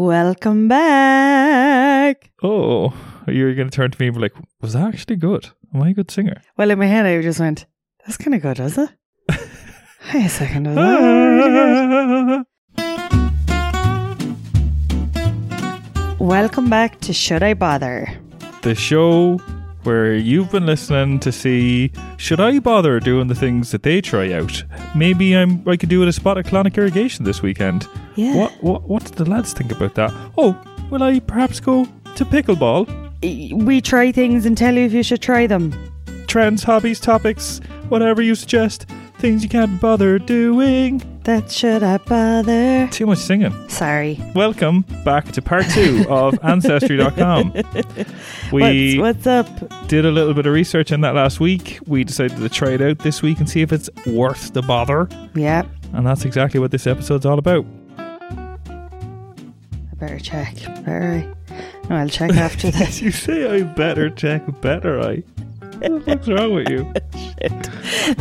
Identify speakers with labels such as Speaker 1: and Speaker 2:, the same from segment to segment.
Speaker 1: Welcome back.
Speaker 2: Oh, you're going to turn to me and be like, was that actually good? Am I a good singer?
Speaker 1: Well, in my head, I just went, that's kind of good, is it? Wait a second. is that-
Speaker 2: Ah.
Speaker 1: Welcome back to Should I Bother?
Speaker 2: the show where you've been listening to see should I bother doing the things that they try out? Maybe I'm I could do it a spot of colonic irrigation this weekend.
Speaker 1: Yeah.
Speaker 2: What what what did the lads think about that? Oh, will I perhaps go to pickleball?
Speaker 1: E- We try things and tell you if you should try them.
Speaker 2: Trends, hobbies, topics, whatever you suggest, things you can't bother doing.
Speaker 1: That should I bother?
Speaker 2: Too much singing.
Speaker 1: Sorry.
Speaker 2: Welcome back to part two of Ancestry.com. We
Speaker 1: What's, what's up?
Speaker 2: did a little bit of research on that last week. We decided to try it out this week and see if it's worth the bother.
Speaker 1: Yeah,
Speaker 2: And that's exactly what this episode's all about.
Speaker 1: I better check. Better I? No, I'll check after this.
Speaker 2: you say I better check better I. What the fuck's wrong with you?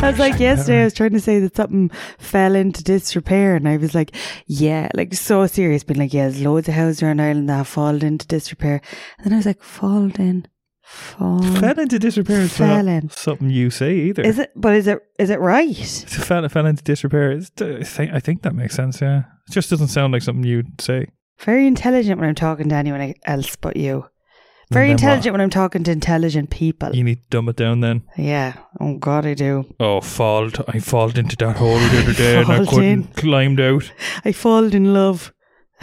Speaker 1: I was like yesterday. I was trying to say that something fell into disrepair, and I was like, "Yeah, like so serious." Being like, "Yeah, there's loads of houses around Ireland that have fallen into disrepair," and then I was like, "Fallen in, fallen."
Speaker 2: fell into disrepair is
Speaker 1: Fell
Speaker 2: not
Speaker 1: in.
Speaker 2: something you say either.
Speaker 1: Is it? But is it? Is it right?
Speaker 2: It's a fell, fell into disrepair. It's, I, think, I think that makes sense, yeah. It just doesn't sound like something you'd say.
Speaker 1: Very intelligent when I'm talking to anyone else but you. Very
Speaker 2: then what?
Speaker 1: intelligent when I'm talking to intelligent people.
Speaker 2: You need to dumb it down then.
Speaker 1: Yeah. Oh God, I do.
Speaker 2: Oh, falled. I falled into that hole the other day and I
Speaker 1: Falled
Speaker 2: couldn't
Speaker 1: in.
Speaker 2: climbed out.
Speaker 1: I fall in love.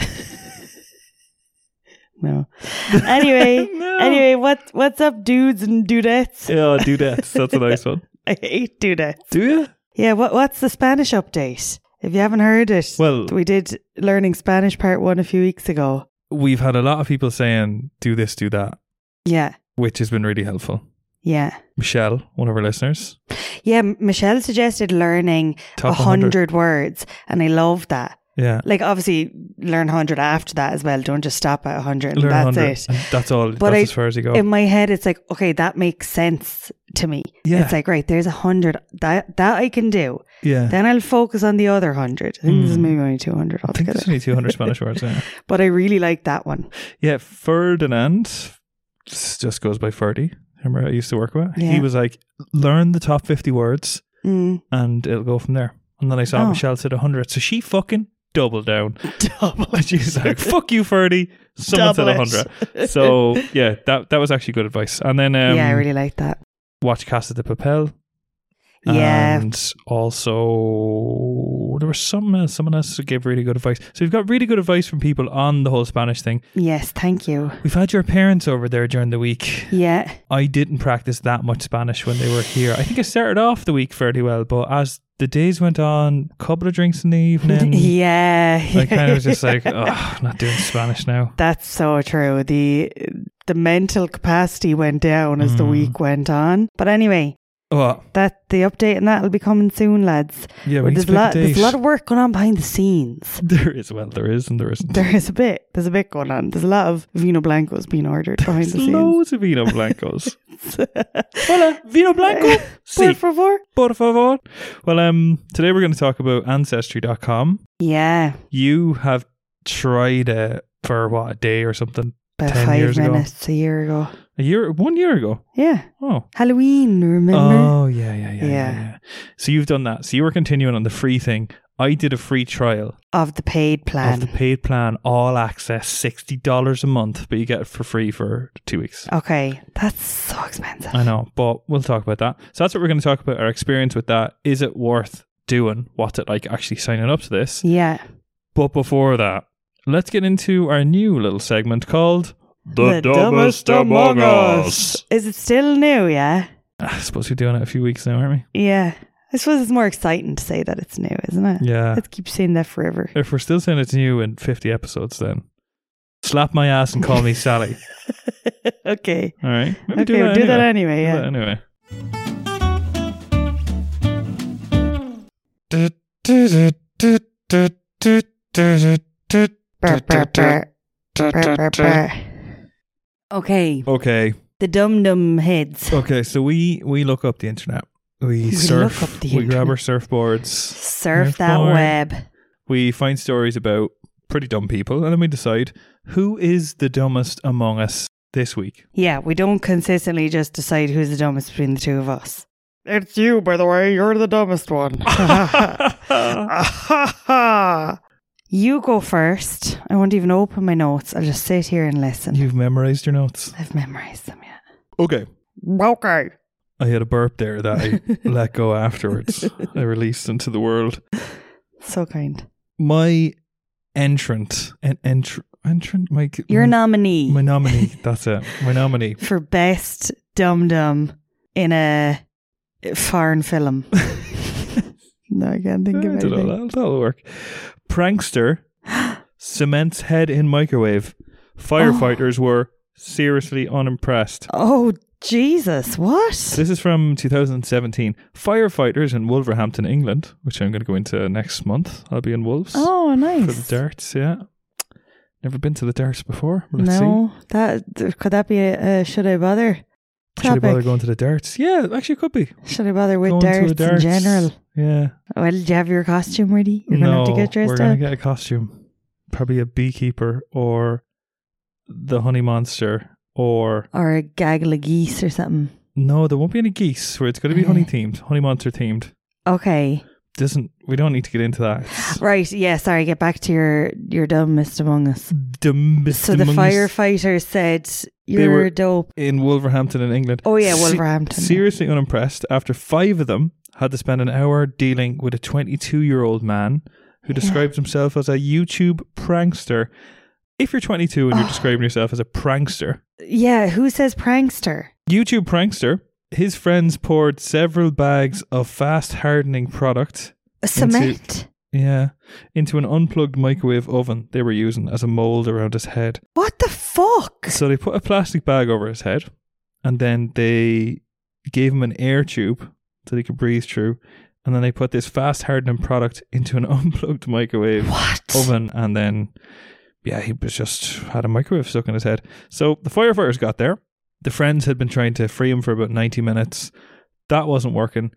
Speaker 1: no. Anyway.
Speaker 2: No.
Speaker 1: Anyway, what what's up, dudes and dudettes?
Speaker 2: Yeah, do that. That's a nice one.
Speaker 1: I hate dudettes.
Speaker 2: Do you?
Speaker 1: Yeah, what what's the Spanish update? If you haven't heard it,
Speaker 2: Well-
Speaker 1: we did learning Spanish part one a few weeks ago.
Speaker 2: We've had a lot of people saying, do this, do that,
Speaker 1: Yeah,
Speaker 2: which has been really helpful.
Speaker 1: yeah,
Speaker 2: Michelle, one of our listeners,
Speaker 1: yeah. M- Michelle suggested learning a
Speaker 2: top 100.
Speaker 1: hundred words, and I love that.
Speaker 2: Yeah.
Speaker 1: Like, obviously, learn hundred after that as well. Don't just stop at hundred and
Speaker 2: Learn
Speaker 1: that's
Speaker 2: 100.
Speaker 1: it.
Speaker 2: And That's all.
Speaker 1: But
Speaker 2: that's
Speaker 1: I-
Speaker 2: as far as you go.
Speaker 1: In my head, it's like, okay, that makes sense to me.
Speaker 2: Yeah.
Speaker 1: It's like, right, there's a hundred that that I can do.
Speaker 2: yeah.
Speaker 1: Then I'll focus on the other hundred. I think this is
Speaker 2: Hmm.
Speaker 1: maybe only two hundred
Speaker 2: I think
Speaker 1: altogether.
Speaker 2: there's only 200 Spanish words. Yeah.
Speaker 1: But I really like that one.
Speaker 2: yeah. Ferdinand s- just goes by Ferdy. Remember, I used to work with.
Speaker 1: Yeah.
Speaker 2: He was like, learn the top 50 words
Speaker 1: Mm.
Speaker 2: and it'll go from there. And then I saw
Speaker 1: Oh.
Speaker 2: Michelle said 100. So she fucking doubled down. Double. She's like, fuck you, Ferdy. Someone
Speaker 1: Double it.
Speaker 2: said 100. So yeah, that that was actually good advice. And then um,
Speaker 1: yeah, I really like that.
Speaker 2: watch Casa de Papel.
Speaker 1: Yeah.
Speaker 2: And also, there was some else, someone else who gave really good advice. So we've got really good advice from people on the whole Spanish thing.
Speaker 1: Yes, thank you.
Speaker 2: We've had your parents over there during the week.
Speaker 1: Yeah.
Speaker 2: I didn't practice that much Spanish when they were here. I think I started off the week fairly well, but as the days went on, a couple of drinks in the evening,
Speaker 1: yeah.
Speaker 2: I kind of was just like, oh, I'm not doing Spanish now.
Speaker 1: That's so true. The the mental capacity went down as the
Speaker 2: Mm.
Speaker 1: week went on. But anyway,
Speaker 2: Well,
Speaker 1: that the update and that'll be coming soon, lads.
Speaker 2: yeah, we need
Speaker 1: There's
Speaker 2: to
Speaker 1: a
Speaker 2: pick
Speaker 1: lot
Speaker 2: a
Speaker 1: there's
Speaker 2: date.
Speaker 1: a lot of work going on behind the scenes.
Speaker 2: there is, well, there is and there isn't.
Speaker 1: There is a bit. There's a bit going on. There's a lot of vino blancos being ordered behind
Speaker 2: There's
Speaker 1: the scenes.
Speaker 2: loads of vino blancos. Hola, vino blanco.
Speaker 1: Por
Speaker 2: Sí,
Speaker 1: favor.
Speaker 2: por favor. Well, um, today we're going to talk about ancestry.com.
Speaker 1: Yeah.
Speaker 2: You have tried it for what a day or something
Speaker 1: About
Speaker 2: 10
Speaker 1: five
Speaker 2: years ago.
Speaker 1: minutes a year ago.
Speaker 2: a year, one year ago.
Speaker 1: Yeah.
Speaker 2: Oh,
Speaker 1: Halloween, remember?
Speaker 2: oh yeah, yeah, yeah, yeah,
Speaker 1: Yeah.
Speaker 2: yeah. So you've done that. So you were continuing on the free thing. I did a free trial
Speaker 1: of the paid
Speaker 2: of the
Speaker 1: plan.
Speaker 2: paid plan, all access, sixty dollars a month, but you get it for free for two weeks.
Speaker 1: okay. That's so expensive.
Speaker 2: I know, but we'll talk about that. So that's what we're going to talk about. Our experience with that. Is it worth doing? What's it like actually signing up to this?
Speaker 1: Yeah.
Speaker 2: But before that, let's get into our new little segment called
Speaker 1: Is it still new, yeah?
Speaker 2: Ah, I suppose we're doing it a few weeks now, aren't
Speaker 1: Yeah. I suppose it's more exciting to say that it's new, isn't it?
Speaker 2: we? Yeah.
Speaker 1: Let's keep saying that forever.
Speaker 2: If we're still saying it's new in 50 episodes, then slap my ass and call me Sally.
Speaker 1: okay.
Speaker 2: All right. Maybe
Speaker 1: okay,
Speaker 2: do that
Speaker 1: we'll do
Speaker 2: anyway.
Speaker 1: that anyway,
Speaker 2: Do
Speaker 1: yeah.
Speaker 2: that anyway.
Speaker 1: Brr, brr, brr. Brr, brr, brr. Okay.
Speaker 2: Okay.
Speaker 1: The dum dum heads.
Speaker 2: Okay. So we we look up the internet. We,
Speaker 1: We
Speaker 2: surf.
Speaker 1: look up the
Speaker 2: we
Speaker 1: internet.
Speaker 2: grab our surfboards.
Speaker 1: Surf
Speaker 2: They're
Speaker 1: that
Speaker 2: fine.
Speaker 1: web.
Speaker 2: We find stories about pretty dumb people, and then we decide who is the dumbest among us this week.
Speaker 1: Yeah, we don't consistently just decide who's the dumbest between the two of us. It's you, by the way. You're the dumbest one. you go first. I won't even open my notes. I'll just sit here and listen.
Speaker 2: You've memorized your notes.
Speaker 1: I've memorized them yet.
Speaker 2: Okay.
Speaker 1: Okay.
Speaker 2: I had a burp there that I let go afterwards. I released into the world.
Speaker 1: So kind.
Speaker 2: My entrant, an entr- entrant, my,
Speaker 1: Your
Speaker 2: my,
Speaker 1: nominee
Speaker 2: my nominee. That's it. My nominee.
Speaker 1: for best dum dum in a foreign film. no, I can't think of
Speaker 2: I don't know,
Speaker 1: anything.
Speaker 2: that'll, that'll work. Prankster cements head in microwave. Firefighters were seriously unimpressed.
Speaker 1: Oh Jesus! What?
Speaker 2: This is from 2017. Firefighters in Wolverhampton, England, which I'm going to go into next month. I'll be in Wolves
Speaker 1: Oh,
Speaker 2: for
Speaker 1: nice.
Speaker 2: the darts. Yeah, never been to the darts before. but Let's
Speaker 1: No, that th- could that be a, a should I bother?
Speaker 2: see. Should I bother
Speaker 1: topic?
Speaker 2: going to the darts? Yeah, actually, it could be
Speaker 1: Should I bother with
Speaker 2: going
Speaker 1: darts,
Speaker 2: to the darts
Speaker 1: in general?
Speaker 2: Yeah,
Speaker 1: Well, did you have your costume ready? You're
Speaker 2: no,
Speaker 1: gonna have to get dressed
Speaker 2: we're
Speaker 1: up.
Speaker 2: gonna get a costume. Probably a beekeeper or the honey monster or
Speaker 1: or a gaggle of geese or something.
Speaker 2: no, there won't be any geese. Where it's going to be honey themed, honey monster themed.
Speaker 1: Okay.
Speaker 2: Doesn't we don't need to get into that. It's
Speaker 1: Right. Yeah. Sorry. Get back to your your dumbest among us.
Speaker 2: dumbest
Speaker 1: So the
Speaker 2: among us.
Speaker 1: firefighter said
Speaker 2: They
Speaker 1: you're
Speaker 2: were-
Speaker 1: dope.
Speaker 2: in Wolverhampton in England.
Speaker 1: Oh yeah,
Speaker 2: Se-
Speaker 1: Wolverhampton.
Speaker 2: seriously unimpressed after five of them had to spend an hour dealing with a 22 year old man who describes himself as a YouTube prankster. If you're 22 and you're describing yourself as a prankster,
Speaker 1: yeah. Who says prankster?
Speaker 2: YouTube prankster, his friends poured several bags of fast hardening product.
Speaker 1: Cement.
Speaker 2: Yeah, into an unplugged microwave oven they were using as a mold around his head.
Speaker 1: What the fuck?
Speaker 2: So they put a plastic bag over his head and then they gave him an air tube so he could breathe through. And then they put this fast hardening product into an unplugged microwave
Speaker 1: What?
Speaker 2: oven. And then, yeah, he was just had a microwave stuck in his head. So the firefighters got there. The friends had been trying to free him for about 90 minutes. That wasn't working.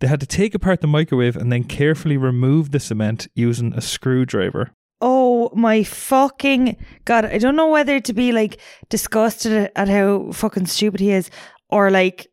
Speaker 2: They had to take apart the microwave and then carefully remove the cement using a screwdriver.
Speaker 1: Oh my fucking god! I don't know whether to be like disgusted at how fucking stupid he is, or like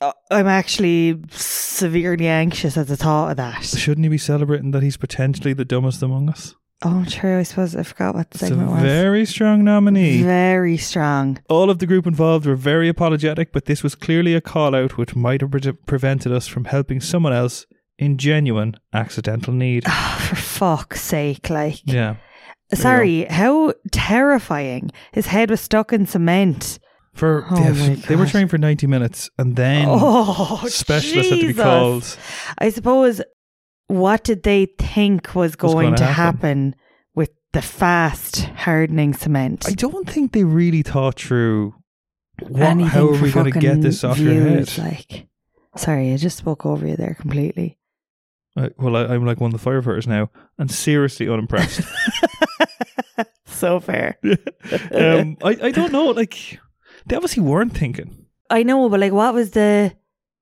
Speaker 1: uh, I'm actually severely anxious at the thought of that.
Speaker 2: Shouldn't he be celebrating that he's potentially the dumbest among us?
Speaker 1: Oh, true. I suppose I forgot what the
Speaker 2: It's a
Speaker 1: segment was.
Speaker 2: very strong nominee.
Speaker 1: Very strong.
Speaker 2: All of the group involved were very apologetic, but this was clearly a call out which might have pre- prevented us from helping someone else in genuine accidental need.
Speaker 1: Oh, for fuck's sake! Like,
Speaker 2: yeah.
Speaker 1: sorry. How terrifying! His head was stuck in cement.
Speaker 2: For
Speaker 1: Oh
Speaker 2: they,
Speaker 1: my
Speaker 2: they were
Speaker 1: God.
Speaker 2: trained for 90 minutes and then
Speaker 1: oh,
Speaker 2: specialists had to be
Speaker 1: Jesus.
Speaker 2: called.
Speaker 1: I suppose what did they think was
Speaker 2: Was
Speaker 1: going
Speaker 2: gonna
Speaker 1: to
Speaker 2: happen.
Speaker 1: happen. with the fast hardening cement?
Speaker 2: I don't think they really thought through what,
Speaker 1: Anything
Speaker 2: how are
Speaker 1: for
Speaker 2: we going to get
Speaker 1: fucking
Speaker 2: this off your head.
Speaker 1: views, Like, sorry, I just spoke over you there completely.
Speaker 2: I- well, I, I'm like one of the firefighters now and seriously unimpressed.
Speaker 1: So fair.
Speaker 2: um, I, I don't know. Like, they obviously weren't thinking.
Speaker 1: I know, but like, what was the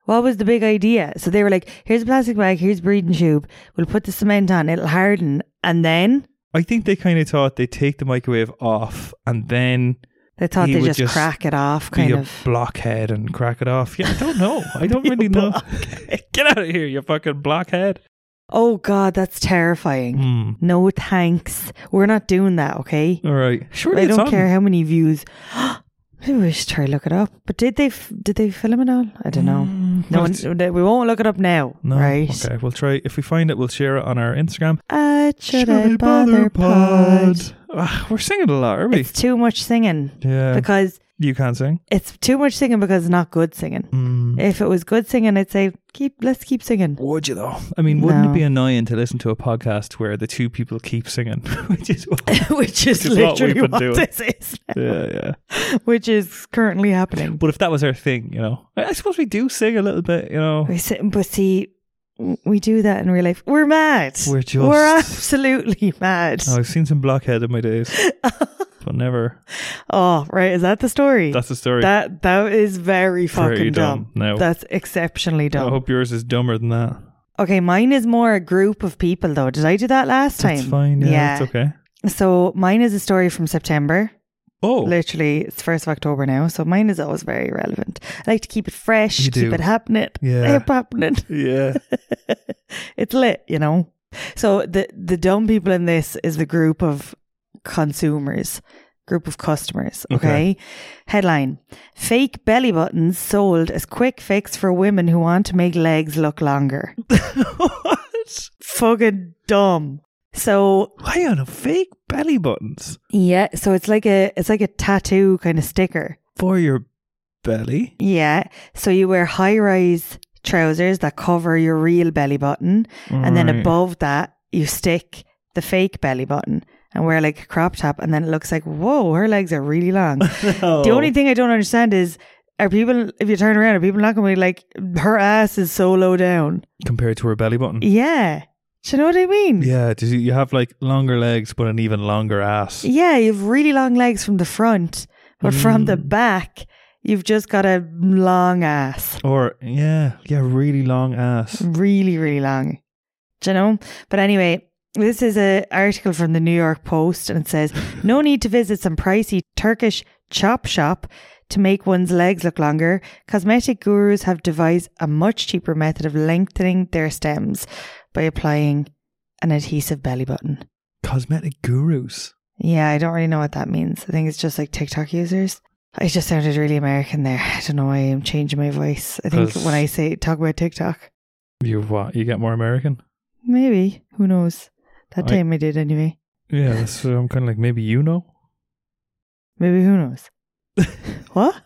Speaker 1: what was the big idea? So they were like, "Here's a plastic bag. Here's a breathing tube. We'll put the cement on. It'll harden, and then."
Speaker 2: I think they kind of thought they take the microwave off and then
Speaker 1: They thought
Speaker 2: He
Speaker 1: they
Speaker 2: would
Speaker 1: just,
Speaker 2: just
Speaker 1: crack it off,
Speaker 2: be
Speaker 1: kind
Speaker 2: a
Speaker 1: of.
Speaker 2: blockhead and crack it off. Yeah, I don't know. I don't really know. Get out of here, you fucking blockhead.
Speaker 1: Oh God, that's terrifying.
Speaker 2: Hmm.
Speaker 1: No thanks. We're not doing that, okay?
Speaker 2: All right. Surely
Speaker 1: I
Speaker 2: it's
Speaker 1: don't
Speaker 2: on.
Speaker 1: care how many views. Maybe we should try to look it up. But did they f- did they film it all? I don't know.
Speaker 2: Mm,
Speaker 1: No,
Speaker 2: well,
Speaker 1: one,
Speaker 2: it's-
Speaker 1: we won't look it up now,
Speaker 2: no.
Speaker 1: right?
Speaker 2: Okay, we'll try. If we find it, we'll share it on our Instagram.
Speaker 1: Uh, should, I bother pod?
Speaker 2: Ah, we're singing a lot, are we?
Speaker 1: It's too much singing
Speaker 2: yeah.
Speaker 1: because
Speaker 2: you can't sing.
Speaker 1: it's too much singing because it's not good singing.
Speaker 2: Mm.
Speaker 1: If it was good singing, I'd say keep let's keep singing.
Speaker 2: Would you though? I mean, wouldn't it
Speaker 1: No.
Speaker 2: be annoying to listen to a podcast where the two people keep singing? Which is what.
Speaker 1: Which is
Speaker 2: Which is what we've
Speaker 1: literally
Speaker 2: been
Speaker 1: what,
Speaker 2: doing.
Speaker 1: this is,
Speaker 2: yeah, yeah.
Speaker 1: which is currently happening.
Speaker 2: But if that was our thing, you know, I, I suppose we do sing a little bit, you know.
Speaker 1: We sit, but see, we do that in real life. We're mad.
Speaker 2: We're just-
Speaker 1: We're absolutely mad.
Speaker 2: Oh, I've seen some blockhead in my days, but never.
Speaker 1: Oh, right. Is that the story?
Speaker 2: That's the story.
Speaker 1: that that is very
Speaker 2: Pretty
Speaker 1: fucking dumb.
Speaker 2: No,
Speaker 1: That's exceptionally
Speaker 2: I
Speaker 1: dumb.
Speaker 2: hope yours is dumber than that.
Speaker 1: Okay, mine is more a group of people though. Did I do that last time?
Speaker 2: That's fine. Yeah, that's okay.
Speaker 1: So mine is a story from September.
Speaker 2: Oh,
Speaker 1: Literally, it's first of October now, so mine is always very relevant. I like to keep it fresh,
Speaker 2: You
Speaker 1: keep
Speaker 2: do.
Speaker 1: it happening,
Speaker 2: Yeah.
Speaker 1: keep happening.
Speaker 2: yeah.
Speaker 1: it's lit, you know. So the the dumb people in this is the group of consumers, group of customers. Okay.
Speaker 2: Okay.
Speaker 1: Headline: Fake belly buttons sold as quick fix for women who want to make legs look longer.
Speaker 2: what?
Speaker 1: Fucking dumb. So
Speaker 2: Why on a fake belly buttons
Speaker 1: yeah, so it's like a it's like a tattoo kind of sticker.
Speaker 2: for your belly?
Speaker 1: Yeah. So you wear high rise trousers that cover your real belly button. And then
Speaker 2: Right.
Speaker 1: above that, you stick the fake belly button and wear like a crop top. And then it looks like, whoa, her legs are really long.
Speaker 2: No.
Speaker 1: The only thing I don't understand is are people, if you turn around, are people not going to be like, her ass is so low down?
Speaker 2: compared to her belly
Speaker 1: E-
Speaker 2: button.
Speaker 1: Yeah. Do you know what I mean?
Speaker 2: Yeah, 'cause you- you have like longer legs but an even longer ass.
Speaker 1: Yeah, you've really long legs from the front, but from
Speaker 2: Mm.
Speaker 1: the back, you've just got a long ass.
Speaker 2: Or yeah, yeah, really long ass.
Speaker 1: really really long do you know but anyway this is a article from the new york post and it says no need to visit some pricey turkish chop shop to make one's legs look longer cosmetic gurus have devised a much cheaper method of lengthening their stems by applying an adhesive belly button
Speaker 2: Cosmetic gurus.
Speaker 1: yeah i don't really know what that means i think it's just like tiktok users I just sounded really American there. I don't know why I'm changing my voice. I think
Speaker 2: 'Cause-
Speaker 1: when I say talk about TikTok,
Speaker 2: You what? You get more American?
Speaker 1: Maybe. Who knows? That
Speaker 2: I-
Speaker 1: time I did anyway.
Speaker 2: Yeah, that's, I'm kind of like maybe you know.
Speaker 1: Maybe who knows? what?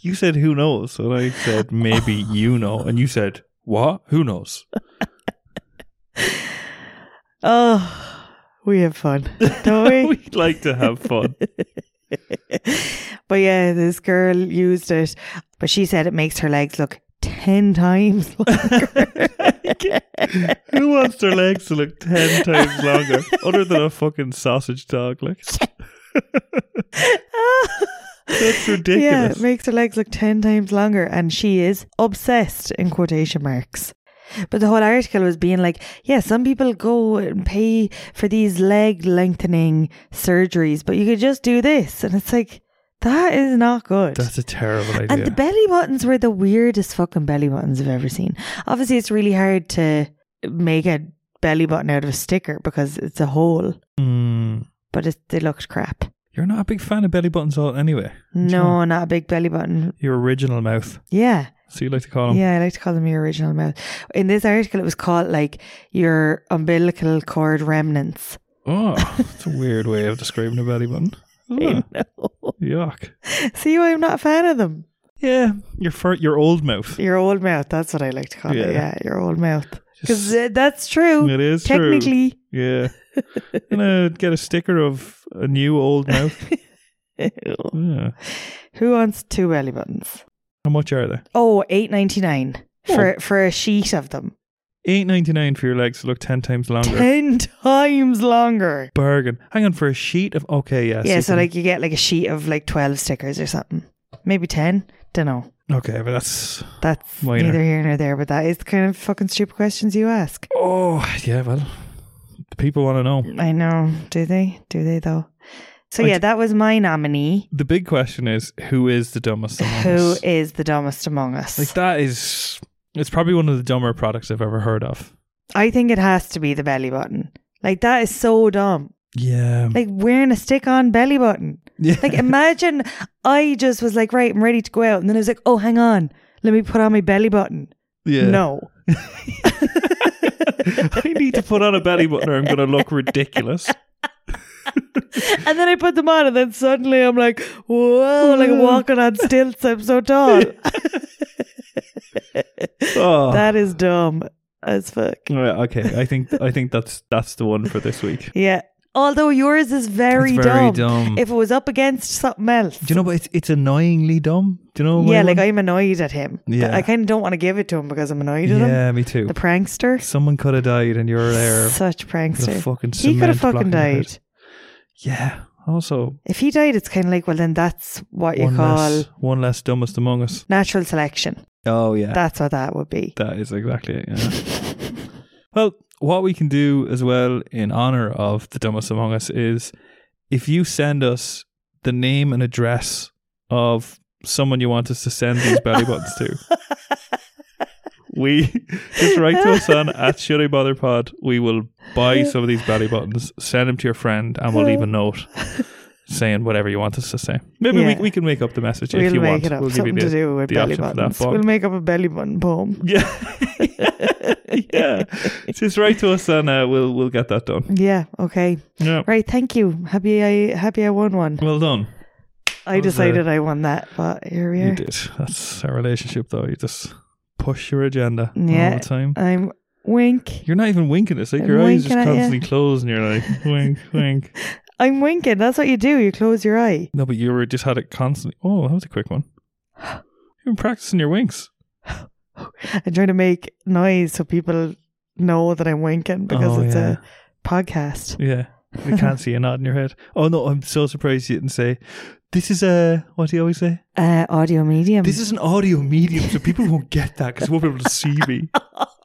Speaker 2: You said who knows, and I said maybe you know, and you said what? Who knows?
Speaker 1: Oh, we have fun, don't we?
Speaker 2: we like to have fun.
Speaker 1: but yeah, this girl used it, but she said it makes her legs look 10 times longer.
Speaker 2: Who wants their legs to look ten times longer, other than a fucking sausage dog? Like that's
Speaker 1: yeah,
Speaker 2: ridiculous.
Speaker 1: it makes her legs look 10 times longer, and she is obsessed in quotation marks. But the whole article was being like, yeah, some people go and pay for these leg lengthening surgeries, but you could just do this. And it's like, that is not good.
Speaker 2: that's a terrible idea.
Speaker 1: and the belly buttons were the weirdest fucking belly buttons I've ever seen. Obviously, it's really hard to make a belly button out of a sticker because it's a hole,
Speaker 2: Mm.
Speaker 1: but it, they looked crap.
Speaker 2: You're not a big fan of belly buttons, all anyway.
Speaker 1: No, not a big belly button.
Speaker 2: Your original mouth,
Speaker 1: Yeah.
Speaker 2: so you like to call them.
Speaker 1: Yeah, I like to call them your original mouth. In this article, it was called like your umbilical cord remnants.
Speaker 2: Oh, it's a weird way of describing a belly button. Oh, yuck.
Speaker 1: See, why I'm not a fan of them.
Speaker 2: Yeah, your fir- your old mouth.
Speaker 1: Your old mouth. That's what I like to call
Speaker 2: Yeah.
Speaker 1: it. Yeah, your old mouth. Because
Speaker 2: Just-
Speaker 1: that's true.
Speaker 2: it is true.
Speaker 1: uh, Technically,
Speaker 2: Yeah. I'm gonna get a sticker of a new old mouth. Yeah.
Speaker 1: who wants two belly buttons?
Speaker 2: How much are they?
Speaker 1: Oh, eight ninety nine
Speaker 2: Oh.
Speaker 1: for for a sheet of them.
Speaker 2: Eight ninety nine for your legs to look ten times longer.
Speaker 1: Ten times longer.
Speaker 2: Bargain. Hang on for a sheet of okay, yes.
Speaker 1: Yeah,
Speaker 2: you
Speaker 1: so
Speaker 2: can-
Speaker 1: like you get like a sheet of like twelve stickers or something. Maybe ten. Don't know.
Speaker 2: Okay, but that's
Speaker 1: That's
Speaker 2: Minor.
Speaker 1: neither here nor there, but that is the kind of fucking stupid questions you ask.
Speaker 2: Oh yeah, well the people wanna know.
Speaker 1: I know. Do they? Do they though? So
Speaker 2: I
Speaker 1: yeah,
Speaker 2: d-
Speaker 1: that was my nominee.
Speaker 2: The big question is who is the dumbest among
Speaker 1: Who
Speaker 2: us?
Speaker 1: is the dumbest among us?
Speaker 2: Like that is it's probably one of the dumber products I've ever heard of.
Speaker 1: I think it has to be the belly button. Like that is so dumb.
Speaker 2: Yeah.
Speaker 1: Like wearing a stick-on belly button.
Speaker 2: yeah.
Speaker 1: Like imagine I just was like, right, I'm ready to go out, and then I was like, oh, hang on, let me put on my belly button.
Speaker 2: yeah.
Speaker 1: No,
Speaker 2: I need to put on a belly button or I'm gonna look ridiculous.
Speaker 1: and then I put them on, and then suddenly I'm like, whoa, like walking on stilts. I'm so tall.
Speaker 2: Oh.
Speaker 1: That is dumb as fuck.
Speaker 2: Right, okay, I think I think that's that's the one for this week.
Speaker 1: Yeah. Although yours is very,
Speaker 2: It's
Speaker 1: dumb.
Speaker 2: very dumb.
Speaker 1: If it was up against something else.
Speaker 2: Do you know? But it's it's annoyingly dumb. Do you know? my
Speaker 1: yeah, like
Speaker 2: one?
Speaker 1: I'm annoyed at him.
Speaker 2: Yeah.
Speaker 1: I kind of don't want to give it to him because I'm annoyed at him.
Speaker 2: yeah, me too.
Speaker 1: The prankster.
Speaker 2: Someone could have died, and you're there.
Speaker 1: Such
Speaker 2: with a
Speaker 1: prankster.
Speaker 2: fucking
Speaker 1: He could have
Speaker 2: cement
Speaker 1: fucking
Speaker 2: block in your head.
Speaker 1: died.
Speaker 2: Yeah. Also,
Speaker 1: If he died, it's kind of like, well, then that's what you
Speaker 2: one
Speaker 1: call
Speaker 2: less one less dumbest among us.
Speaker 1: natural selection.
Speaker 2: Oh yeah,
Speaker 1: That's what that would be.
Speaker 2: that is exactly it. Yeah. well, what we can do as well in honor of the dumbest among us is if you send us the name and address of someone you want us to send these belly buttons to we just write to us on at should I bother pod we will buy some of these belly buttons send them to your friend and we'll leave a note saying whatever you want us to say maybe
Speaker 1: Yeah.
Speaker 2: we, we can make up the message if
Speaker 1: we'll
Speaker 2: you
Speaker 1: make
Speaker 2: want
Speaker 1: it up.
Speaker 2: we'll give you
Speaker 1: Something to
Speaker 2: the
Speaker 1: do with
Speaker 2: the
Speaker 1: belly
Speaker 2: option for that
Speaker 1: buttons.
Speaker 2: button.
Speaker 1: We'll make up a belly button poem.
Speaker 2: yeah yeah just write to us and uh, we'll we'll get that done
Speaker 1: Yeah. Okay.
Speaker 2: yeah
Speaker 1: Right. Thank you. Happy I happy I won one.
Speaker 2: well done
Speaker 1: I
Speaker 2: was, uh,
Speaker 1: decided I won that, but here we
Speaker 2: You
Speaker 1: are.
Speaker 2: did. That's our relationship, though. You just push your agenda all
Speaker 1: Yeah.
Speaker 2: the time.
Speaker 1: I'm wink.
Speaker 2: You're not even winking. It's like
Speaker 1: I'm
Speaker 2: your eyes just
Speaker 1: winking at ya.
Speaker 2: constantly closed, and you're like wink, wink.
Speaker 1: I'm winking. That's what you do. You close your eye.
Speaker 2: No, but you were just had it constantly. Oh, that was a quick one. You've been practicing your winks.
Speaker 1: I'm trying to make noise so people know that I'm winking because
Speaker 2: Oh,
Speaker 1: it's uh,
Speaker 2: yeah.
Speaker 1: a podcast.
Speaker 2: yeah. They can't see you nodding your head. Oh no, I'm so surprised you didn't say. This is a what do you always say?
Speaker 1: Uh, audio medium.
Speaker 2: This is an audio medium, so people won't get that because they won't be able to see me.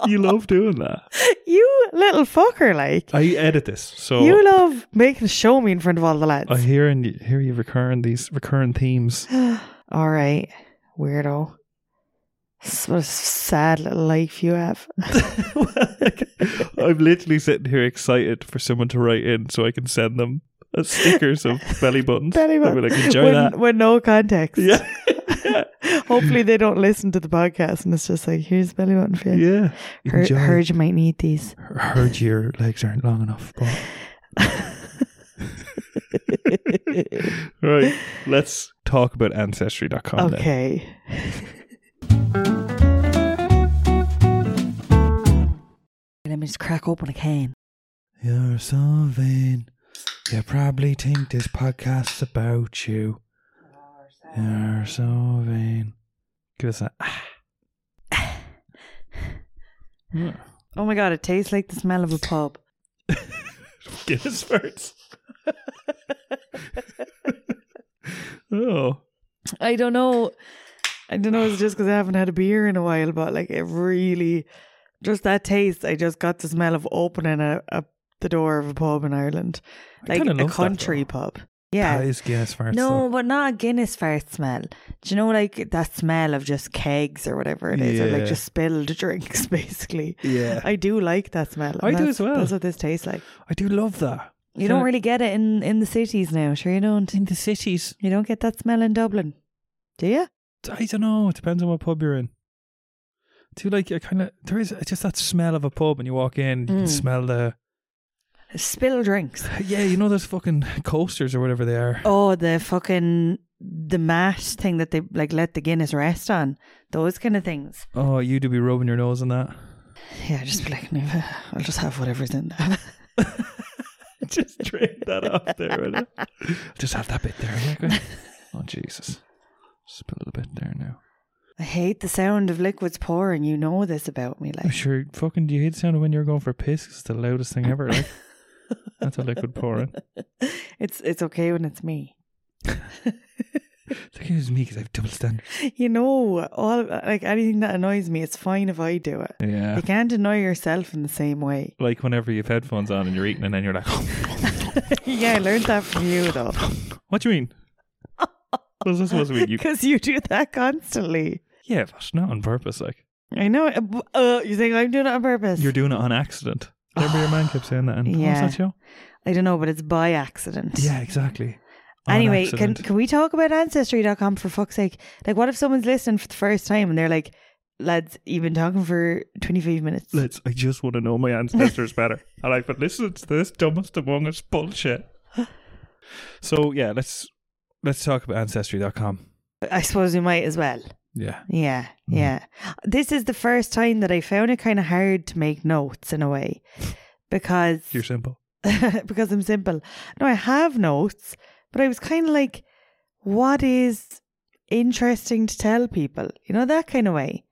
Speaker 2: You love doing that.
Speaker 1: you little fucker. Like
Speaker 2: I edit this, so
Speaker 1: you love making a show me in front of all the lads.
Speaker 2: I hear and hear you recurring these recurring themes.
Speaker 1: All right, weirdo. S- What a sad little life you have.
Speaker 2: I'm literally sitting here excited for someone to write in so I can send them uh, stickers of belly buttons.
Speaker 1: Belly
Speaker 2: I'll be like, enjoy
Speaker 1: with,
Speaker 2: that.
Speaker 1: with no context.
Speaker 2: Yeah.
Speaker 1: Hopefully they don't listen to the podcast and it's just like, here's belly button for you.
Speaker 2: Yeah.
Speaker 1: Her-
Speaker 2: Enjoy.
Speaker 1: Herge might need these.
Speaker 2: Heard your legs aren't long enough. But. Right. Let's talk about ancestry.com then.
Speaker 1: okay. Let me just crack open a can.
Speaker 2: You're so vain. You probably think this podcast's about you. You're so vain. Give us a. Yeah.
Speaker 1: Oh my god, it tastes like the smell of a pub.
Speaker 2: Guinness farts. oh.
Speaker 1: I don't know. I don't know. It's just because I haven't had a beer in a while, but like it really, just that taste. I just got the smell of opening a, a the door of a pub in Ireland,
Speaker 2: I
Speaker 1: like
Speaker 2: kinda
Speaker 1: a
Speaker 2: love that,
Speaker 1: country
Speaker 2: though.
Speaker 1: pub.
Speaker 2: That
Speaker 1: Yeah.
Speaker 2: is Guinness farts.
Speaker 1: No,
Speaker 2: though.
Speaker 1: but not a Guinness fart smell. Do you know like that smell of just kegs or whatever it is, or
Speaker 2: Yeah.
Speaker 1: like just spilled drinks, basically.
Speaker 2: Yeah.
Speaker 1: I do like that smell.
Speaker 2: I
Speaker 1: and
Speaker 2: do
Speaker 1: that's-
Speaker 2: as well.
Speaker 1: That's what this tastes like.
Speaker 2: I do love that.
Speaker 1: You don't
Speaker 2: Yeah.
Speaker 1: really get it in in the cities now. Sure, you don't.
Speaker 2: In the cities.
Speaker 1: You don't get that smell in Dublin, do you?
Speaker 2: I don't know. It depends on what pub you're in. Do you like, I kind of, there is it's just that smell of a pub when you walk in, you can
Speaker 1: Mm.
Speaker 2: smell the,
Speaker 1: Spilled drinks.
Speaker 2: yeah, you know those fucking coasters or whatever they are.
Speaker 1: Oh, the fucking the mat thing that they like let the Guinness rest on. Those kind of things.
Speaker 2: Oh, you do be rubbing your nose on that.
Speaker 1: Yeah, just be like, "No, I'll just have whatever's in there.
Speaker 2: just trade that off there. will you? Just have that bit there. yeah, good. Oh, Jesus. Spill a bit there now.
Speaker 1: I hate the sound of liquids pouring. You know this about me,
Speaker 2: I'm
Speaker 1: like.
Speaker 2: sure fucking do you hate the sound of when you're going for piss? It's the loudest thing ever. Like. That's a liquid pouring.
Speaker 1: It's it's okay when it's me.
Speaker 2: It's like, me because I have double standards.
Speaker 1: You know, all like anything that annoys me, it's fine if I do it.
Speaker 2: Yeah.
Speaker 1: You can't annoy yourself in the same way.
Speaker 2: Like whenever you have headphones on and you're eating and then you're like,
Speaker 1: yeah, I learned that from you though,
Speaker 2: what do you mean? Was this supposed to mean? You,
Speaker 1: because you do that constantly.
Speaker 2: yeah, but not on purpose. Like
Speaker 1: I know. Uh, you think I'm doing it on purpose?
Speaker 2: You're doing it on accident. Remember your man kept saying that. And, yeah.
Speaker 1: Yeah.
Speaker 2: What's that show?
Speaker 1: I don't know, but it's by accident.
Speaker 2: Yeah, exactly. On
Speaker 1: Anyway, can,
Speaker 2: Oh, accident.
Speaker 1: can we talk about ancestry.com for fuck's sake? Like, what if someone's listening for the first time and they're like, lads, you've been talking for 25 minutes?
Speaker 2: Let's. I just want to know my ancestors better. I like, but listen to this dumbest among us bullshit. So yeah, let's let's talk about ancestry.com.
Speaker 1: I suppose we might as well.
Speaker 2: Yeah.
Speaker 1: Yeah,
Speaker 2: Mm-hmm.
Speaker 1: yeah. This is the first time that I found it kind of hard to make notes in a way because
Speaker 2: You're simple.
Speaker 1: because I'm simple. No, I have notes, but I was kind of like, what is interesting to tell people? You know, that kind of way.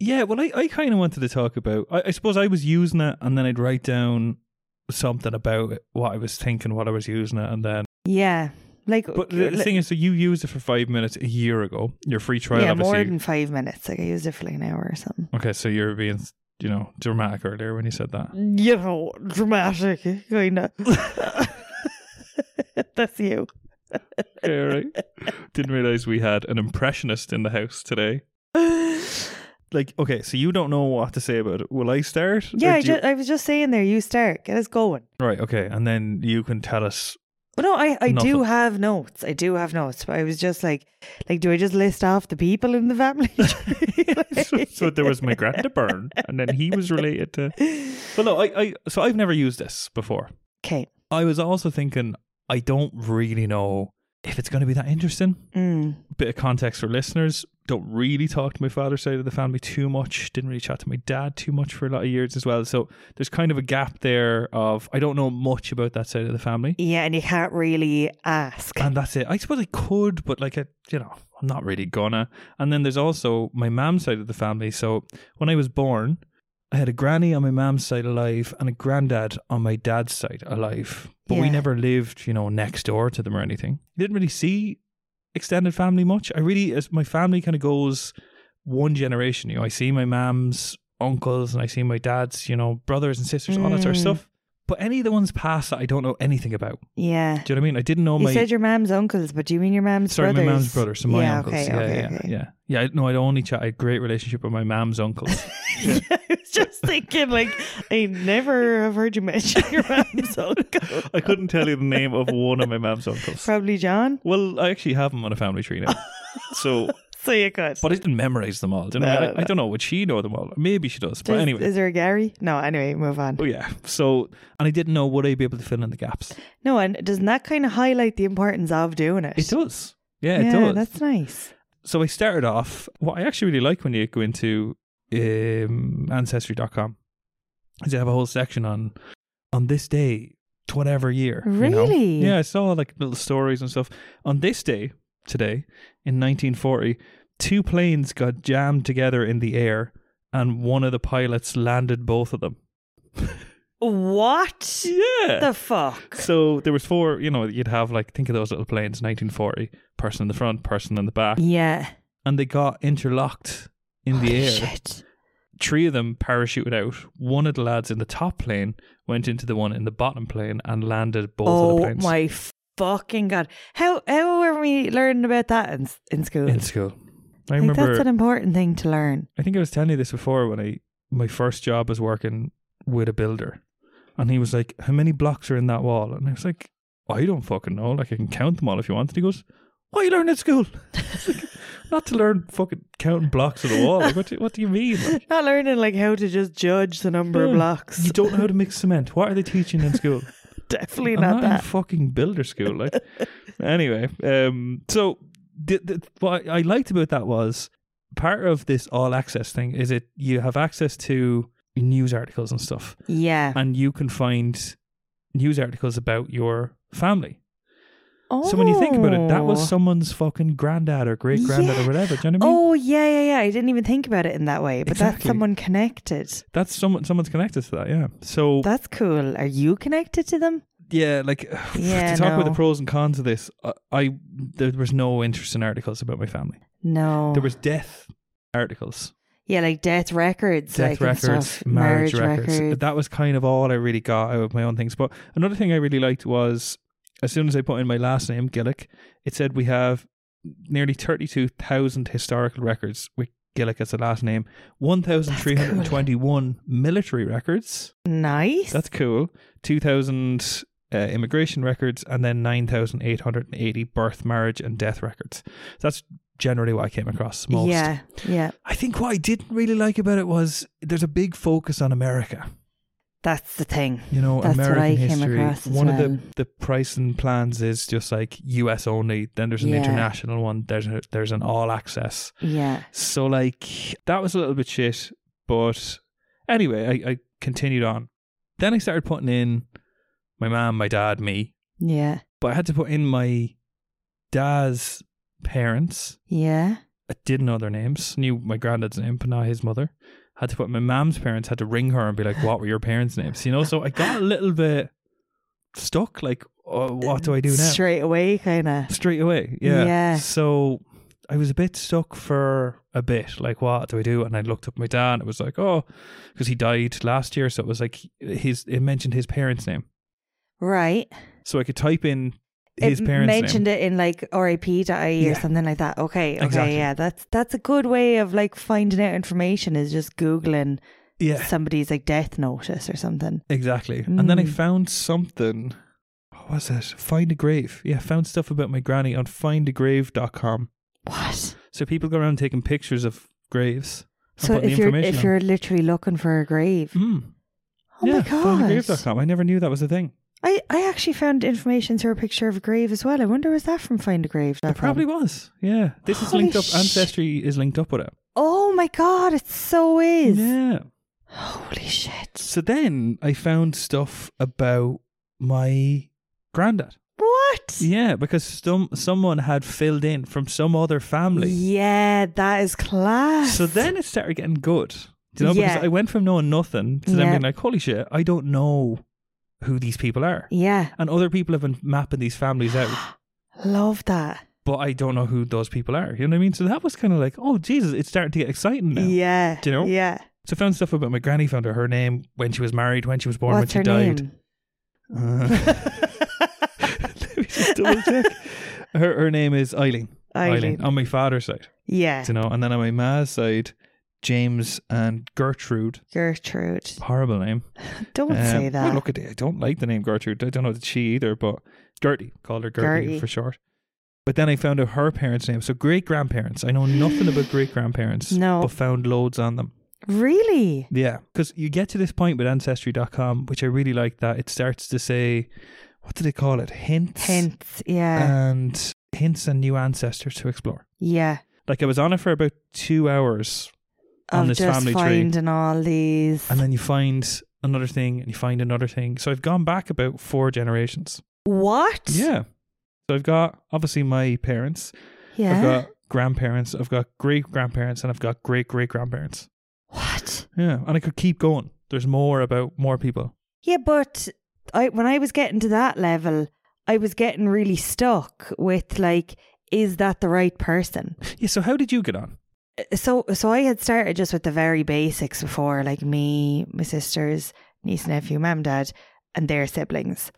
Speaker 2: Yeah, well, I, I kind of wanted to talk about. I, I suppose I was using it, and then I'd write down something about it, what I was thinking, what I was using it, and then.
Speaker 1: Yeah. Like,
Speaker 2: But the, the
Speaker 1: like-
Speaker 2: thing is, so you used it for five minutes a year ago. Your free trial,
Speaker 1: yeah,
Speaker 2: obviously.
Speaker 1: more than five minutes. Like I used it for like an hour or something.
Speaker 2: okay, so you're being you know, dramatic earlier when you said that.
Speaker 1: You know, dramatic, eh, kind of. That's you.
Speaker 2: Okay, all right. Didn't realize we had an impressionist in the house today. Like, okay, so you don't know what to say about it. Will I start? Or
Speaker 1: Yeah, I,
Speaker 2: do
Speaker 1: ju-
Speaker 2: you-
Speaker 1: I was just saying there. You start. Get us going.
Speaker 2: right. Okay, and then you can tell us.
Speaker 1: Well, no, I, I do
Speaker 2: Nothing.
Speaker 1: have notes. I do have notes. But I was just like, like, do I just list off the people in the family?
Speaker 2: so, so there was my granda burn, and then he was related to. But no, I, I. So I've never used this before.
Speaker 1: Okay.
Speaker 2: I was also thinking I don't really know if it's going to be that interesting.
Speaker 1: Mm.
Speaker 2: Bit of context for listeners: don't really talk to my father's side of the family too much. Didn't really chat to my dad too much for a lot of years as well. So there's kind of a gap there of I don't know much about that side of the family,
Speaker 1: Yeah, and you can't really ask.
Speaker 2: and that's it. I suppose I could, but like I, you know, I'm not really gonna. And then there's also my mom's side of the family. So when I was born. I had a granny on my mom's side alive and a granddad on my dad's side alive. But we
Speaker 1: Yeah.
Speaker 2: never lived, you know, next door to them or anything. Didn't really see extended family much. I really, as my family kind of goes one generation, you know, I see my mom's uncles and I see my dad's, you know, brothers and sisters, all that sort of
Speaker 1: Mm.
Speaker 2: stuff. But any of the ones past that I don't know anything about.
Speaker 1: yeah.
Speaker 2: Do you know what I mean? I didn't know
Speaker 1: You
Speaker 2: my
Speaker 1: said your mom's uncles, but do you mean your mom's
Speaker 2: Sorry,
Speaker 1: brothers?
Speaker 2: my mom's brother, so my
Speaker 1: yeah,
Speaker 2: uncles.
Speaker 1: Okay,
Speaker 2: yeah,
Speaker 1: okay,
Speaker 2: yeah,
Speaker 1: okay.
Speaker 2: yeah, yeah. I- No, I'd only chat. I had a great relationship with my mom's uncles.
Speaker 1: I was just thinking, like, I never have heard you mention your mom's uncle.
Speaker 2: I couldn't tell you the name of one of my mom's uncles.
Speaker 1: Probably John.
Speaker 2: Well, I actually have them on a family tree now. So,
Speaker 1: So you could.
Speaker 2: but I didn't memorize them all. Didn't I?
Speaker 1: No,
Speaker 2: I?
Speaker 1: no,
Speaker 2: I don't know. Would she know them all? Maybe she does. But
Speaker 1: Does-
Speaker 2: anyway,
Speaker 1: Is there a Gary? No, anyway, move on.
Speaker 2: Oh yeah. So, and I didn't know would I be able to fill in the gaps.
Speaker 1: No, and doesn't that kind of highlight the importance of doing it?
Speaker 2: It does. Yeah,
Speaker 1: Yeah,
Speaker 2: it does.
Speaker 1: that's nice.
Speaker 2: So I started off. What I actually really like when you go into um, ancestry.com is they have a whole section on on this day, to whatever year. you know?
Speaker 1: Really?
Speaker 2: Yeah, I saw like little stories and stuff. On this day today in 1940, two planes got jammed together in the air, and one of the pilots landed both of them.
Speaker 1: What
Speaker 2: Yeah.
Speaker 1: the fuck?
Speaker 2: So there was four, you know, you'd have like think of those little planes, 1940, person in the front, person in the back,
Speaker 1: yeah.
Speaker 2: and they got interlocked in the
Speaker 1: Holy
Speaker 2: air.
Speaker 1: Shit.
Speaker 2: Three of them parachuted out. One of the lads in the top plane went into the one in the bottom plane and landed both of the
Speaker 1: Oh
Speaker 2: planes
Speaker 1: my fucking god! How how were we learning about that in in school?
Speaker 2: in school. I
Speaker 1: Like,
Speaker 2: remember.
Speaker 1: that's an important thing to learn.
Speaker 2: I think I was telling you this before when I my first job was working with a builder, and he was like, "How many blocks are in that wall?" And I was like, "I don't fucking know. Like I can count them all if you want." And he goes, "Why you learn at school? It's like, Not to learn fucking counting blocks of the wall. Like what? Do, what do you mean? Like,
Speaker 1: Not learning like how to just judge the number of
Speaker 2: Yeah.
Speaker 1: blocks.
Speaker 2: you don't know how to mix cement. What are they teaching in school?
Speaker 1: Definitely
Speaker 2: I'm
Speaker 1: not
Speaker 2: in
Speaker 1: that.
Speaker 2: fucking builder school. Like anyway, um, so the, the, what I liked about that was part of this all access thing is it you have access to news articles and stuff,
Speaker 1: Yeah.
Speaker 2: and you can find news articles about your family.
Speaker 1: Oh.
Speaker 2: So when you think about it, that was someone's fucking granddad or great granddad
Speaker 1: Yeah.
Speaker 2: or whatever. Do you know what I mean?
Speaker 1: Oh yeah, yeah, yeah. I didn't even think about it in that way, but that's
Speaker 2: Exactly.
Speaker 1: someone connected.
Speaker 2: That's someone. Someone's connected to that. Yeah. So
Speaker 1: That's cool. Are you connected to them?
Speaker 2: yeah, like
Speaker 1: Yeah,
Speaker 2: to talk about
Speaker 1: no.
Speaker 2: the pros and cons of this, I, I there was no interesting articles about my family.
Speaker 1: No.
Speaker 2: There was death articles.
Speaker 1: yeah, like death records,
Speaker 2: death
Speaker 1: like and
Speaker 2: records,
Speaker 1: stuff.
Speaker 2: marriage, records. That was kind of all I really got out of my own things. But another thing I really liked was as soon as I put in my last name, Gillick, it said we have nearly 32,000 historical records with Gillick as the last name, 1,321 military records.
Speaker 1: Nice.
Speaker 2: That's cool. 2,000 uh, immigration records, and then 9,880 birth, marriage, and death records. That's generally what I came across most.
Speaker 1: Yeah, yeah.
Speaker 2: I think what I didn't really like about it was there's a big focus on America.
Speaker 1: That's the thing.
Speaker 2: You know,
Speaker 1: That's what
Speaker 2: American
Speaker 1: I came
Speaker 2: history.
Speaker 1: across as
Speaker 2: one of
Speaker 1: well.
Speaker 2: the the pricing plans is just like US only. Then there's an
Speaker 1: Yeah.
Speaker 2: international one. There's a, there's an all access.
Speaker 1: Yeah.
Speaker 2: So like that was a little bit shit. But anyway, I, I continued on. Then I started putting in my mom, my dad, me.
Speaker 1: Yeah.
Speaker 2: But I had to put in my dad's parents.
Speaker 1: Yeah.
Speaker 2: I didn't know their names. Knew my granddad's name, but not his mother. Had to put my mom's parents had to ring her and be like, "What were your parents' names?" You know. So I got a little bit stuck. Like, oh, what do I do now?
Speaker 1: Straight away, kind of.
Speaker 2: Straight away. Yeah.
Speaker 1: Yeah.
Speaker 2: So I was a bit stuck for a bit. Like, what do I do? And I looked up my dad. And it was like, oh, because he died last year, so it was like his. It mentioned his parents' name,
Speaker 1: Right.
Speaker 2: so I could type in his
Speaker 1: it
Speaker 2: parents'
Speaker 1: mentioned
Speaker 2: name.
Speaker 1: it in like RIP.ie E or
Speaker 2: Yeah.
Speaker 1: something like that. Okay, okay,
Speaker 2: Exactly.
Speaker 1: yeah. That's that's a good way of like finding out information is just googling
Speaker 2: Yeah,
Speaker 1: somebody's like death notice or something.
Speaker 2: exactly. And then I
Speaker 1: Mm.
Speaker 2: found something. What was it? Find a grave. Yeah, found stuff about my granny on findagrave.com.
Speaker 1: What?
Speaker 2: So people go around taking pictures of graves. and
Speaker 1: So
Speaker 2: putting the
Speaker 1: if you're
Speaker 2: information
Speaker 1: if
Speaker 2: on.
Speaker 1: you're literally looking for a grave,
Speaker 2: Mm.
Speaker 1: oh
Speaker 2: yeah,
Speaker 1: my god!
Speaker 2: findagrave.com. I never knew that was a thing.
Speaker 1: I I actually found information through a picture of a grave as well. I wonder was that from Find a Grave?
Speaker 2: It probably was. Yeah. This is
Speaker 1: Holy
Speaker 2: linked up.
Speaker 1: sh-
Speaker 2: Ancestry is linked up with it.
Speaker 1: Oh my god! It so is.
Speaker 2: Yeah.
Speaker 1: Holy shit!
Speaker 2: So then I found stuff about my granddad.
Speaker 1: What?
Speaker 2: Yeah, because some someone had filled in from some other family.
Speaker 1: Yeah, that is class.
Speaker 2: So then it started getting good. Do you know?
Speaker 1: Yeah.
Speaker 2: Because I went from knowing nothing to then
Speaker 1: Yeah.
Speaker 2: being like, holy shit, I don't know who these people are.
Speaker 1: yeah,
Speaker 2: And other people have been mapping these families out.
Speaker 1: love that.
Speaker 2: but I don't know who those people are. You know what I mean? So that was kind of like, oh Jesus, it's starting to get exciting now.
Speaker 1: Yeah,
Speaker 2: Do you know?
Speaker 1: Yeah.
Speaker 2: So I found stuff about my granny. Found her, her name, when she was married, when she was born,
Speaker 1: What's
Speaker 2: when she
Speaker 1: her
Speaker 2: died.
Speaker 1: name?
Speaker 2: Uh, let me just double check. Her her name is Eileen.
Speaker 1: Eileen.
Speaker 2: on my father's side,
Speaker 1: Yeah,
Speaker 2: do you know, and then on my ma's side, James and Gertrude.
Speaker 1: Gertrude.
Speaker 2: Horrible name.
Speaker 1: Don't
Speaker 2: Um,
Speaker 1: say
Speaker 2: well,
Speaker 1: that.
Speaker 2: look at it. I don't like the name Gertrude. I don't know that she either, but Gertie called her Gertie,
Speaker 1: Gertie.
Speaker 2: for short. But then I found out her parents' name. So great grandparents. I know nothing about great grandparents.
Speaker 1: No.
Speaker 2: But found loads on them.
Speaker 1: really?
Speaker 2: Yeah. Because you get to this point with ancestry.com, which I really like that. It starts to say, what do they call it? Hints.
Speaker 1: Hints.
Speaker 2: uh,
Speaker 1: Yeah.
Speaker 2: And hints and new ancestors to explore.
Speaker 1: yeah.
Speaker 2: Like I was on it for about two hours on
Speaker 1: Of
Speaker 2: this
Speaker 1: just
Speaker 2: family tree.
Speaker 1: finding all these.
Speaker 2: and then you find another thing and you find another thing. So I've gone back about four generations.
Speaker 1: what?
Speaker 2: Yeah. So I've got obviously my parents,
Speaker 1: Yeah.
Speaker 2: I've got grandparents, I've got great grandparents, and I've got great great grandparents.
Speaker 1: what?
Speaker 2: Yeah. And I could keep going. There's more about more people.
Speaker 1: Yeah, but I when I was getting to that level, I was getting really stuck with like, is that the right person?
Speaker 2: Yeah. So how did you get on?
Speaker 1: so so I had started just with the very basics before, like me, my sisters, niece, nephew, mum, dad, and their siblings.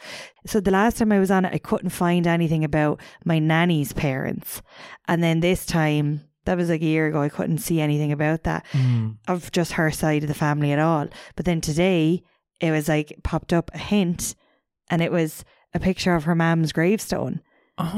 Speaker 1: So the last time I was on it, I couldn't find anything about my nanny's parents, and then this time. That was like a year ago. I couldn't see anything about that
Speaker 2: Hmm.
Speaker 1: of just her side of the family at all. But then today, it was like popped up a hint, and it was a picture of her mum's gravestone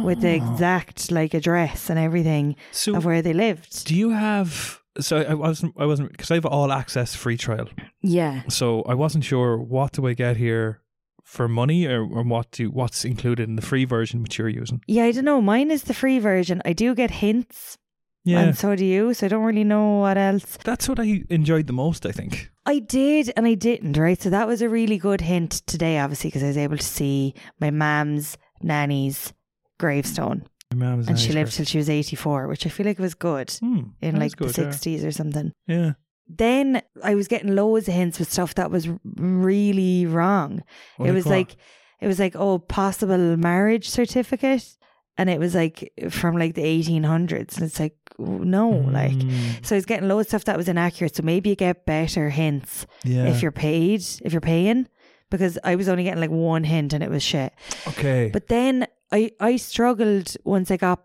Speaker 1: with the exact like address and everything
Speaker 2: Oh. Ah. so
Speaker 1: of where they lived.
Speaker 2: do you have? So I wasn't. I wasn't because I have all access free trial.
Speaker 1: Yeah.
Speaker 2: So I wasn't sure what do I get here for money or, or what do what's included in the free version which you're using.
Speaker 1: Yeah, I don't know. Mine is the free version. I do get hints,
Speaker 2: Yeah.
Speaker 1: and so do you. So I don't really know what else.
Speaker 2: That's what I enjoyed the most. I think.
Speaker 1: I did and I didn't, right? So that was a really good hint today, obviously, because I was able to see my mam's nanny's gravestone,
Speaker 2: My mum is
Speaker 1: and
Speaker 2: an
Speaker 1: she lived
Speaker 2: Irish
Speaker 1: till she was eighty-four, which I feel like was good
Speaker 2: person. Hmm,
Speaker 1: in
Speaker 2: that is
Speaker 1: like
Speaker 2: good,
Speaker 1: the
Speaker 2: yeah.
Speaker 1: sixties or something.
Speaker 2: Yeah.
Speaker 1: Then I was getting loads of hints with stuff that was r- really wrong. it was like it was like oh possible marriage certificate and it was like from like the 1800s and it's like no oh,
Speaker 2: Mm.
Speaker 1: like so it's getting loads of stuff that was inaccurate so maybe you get better hints
Speaker 2: yeah.
Speaker 1: if you're paid if you're paying because I was only getting like one hint and it was shit
Speaker 2: okay.
Speaker 1: but then I I struggled once I got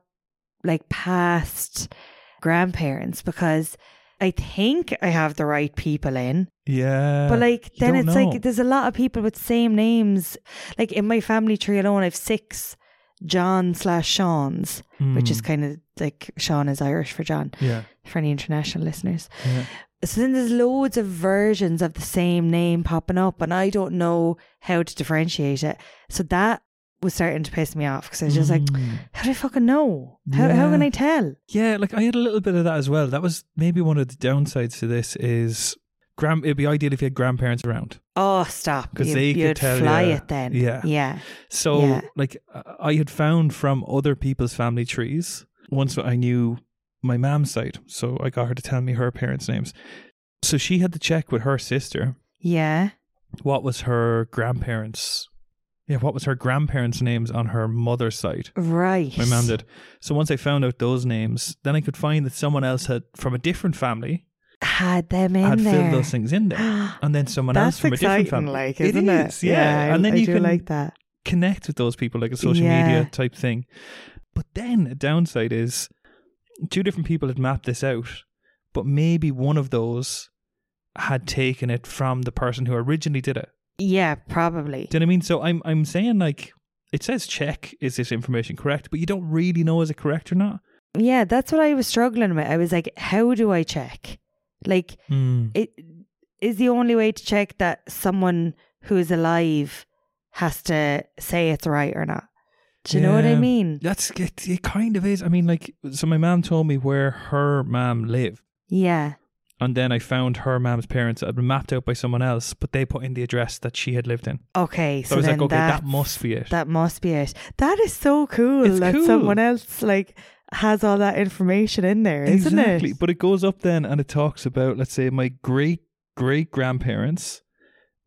Speaker 1: like past grandparents because I think I have the right people in
Speaker 2: yeah.
Speaker 1: but like
Speaker 2: you
Speaker 1: then
Speaker 2: don't
Speaker 1: it's
Speaker 2: know.
Speaker 1: like there's a lot of people with same names. Like in my family tree alone, I've six John slash Sean's, which is
Speaker 2: Mm,
Speaker 1: kind of like Sean is Irish for John
Speaker 2: yeah.
Speaker 1: for any international listeners.
Speaker 2: yeah.
Speaker 1: So then there's loads of versions of the same name popping up, and I don't know how to differentiate it. So that was starting to piss me off because I was just like,
Speaker 2: Mm.
Speaker 1: how do I fucking know? How how can
Speaker 2: Yeah.
Speaker 1: I tell?
Speaker 2: yeah, like I had a little bit of that as well. That was maybe one of the downsides to this is grand. It'd be ideal if you had grandparents around.
Speaker 1: Oh, stop!
Speaker 2: 'Cause
Speaker 1: You'd-
Speaker 2: they could
Speaker 1: you'd
Speaker 2: tell
Speaker 1: fly
Speaker 2: ya.
Speaker 1: it then.
Speaker 2: Yeah.
Speaker 1: yeah,
Speaker 2: So
Speaker 1: Yeah.
Speaker 2: like I- I had found from other people's family trees once I knew my mam's side, so I got her to tell me her parents' names. So she had to check with her sister
Speaker 1: yeah.
Speaker 2: what was her grandparents' yeah, what was her grandparents' names on her mother's side?
Speaker 1: Right.
Speaker 2: My mum did. So once I found out those names, then I could find that someone else had from a different family
Speaker 1: Had them in
Speaker 2: had
Speaker 1: there.
Speaker 2: filled those things in there, and then someone
Speaker 1: That's
Speaker 2: else from a different
Speaker 1: exciting,
Speaker 2: family.
Speaker 1: like, isn't it?
Speaker 2: is, yeah.
Speaker 1: I,
Speaker 2: and then
Speaker 1: I
Speaker 2: you
Speaker 1: do
Speaker 2: can
Speaker 1: like that.
Speaker 2: connect with those people like a social
Speaker 1: Yeah.
Speaker 2: media type thing. But then a downside is two different people had mapped this out, but maybe one of those had taken it from the person who originally did it.
Speaker 1: Yeah, probably.
Speaker 2: Do you know what I mean? So I'm I'm saying like it says check is this information correct, but you don't really know is it correct or not.
Speaker 1: Yeah, that's what I was struggling with. I was like, how do I check? Like, it is the only way to check that someone who is alive has to say it's right or not. Do you know what I
Speaker 2: Yeah.
Speaker 1: mean?
Speaker 2: That's it, it. Kind of is. I mean, like so. My mom told me where her mom lived,
Speaker 1: Yeah.
Speaker 2: and then I found her mom's parents that had been mapped out by someone else, but they put in the address that she had lived in.
Speaker 1: Okay.
Speaker 2: So,
Speaker 1: So,
Speaker 2: I was
Speaker 1: then
Speaker 2: like, okay,
Speaker 1: that,
Speaker 2: that must be it.
Speaker 1: that must be it. That is so cool
Speaker 2: It's
Speaker 1: that
Speaker 2: cool.
Speaker 1: someone else like has all that information in there, isn't
Speaker 2: exactly.
Speaker 1: it?
Speaker 2: But it goes up then and it talks about, let's say, my great great grandparents,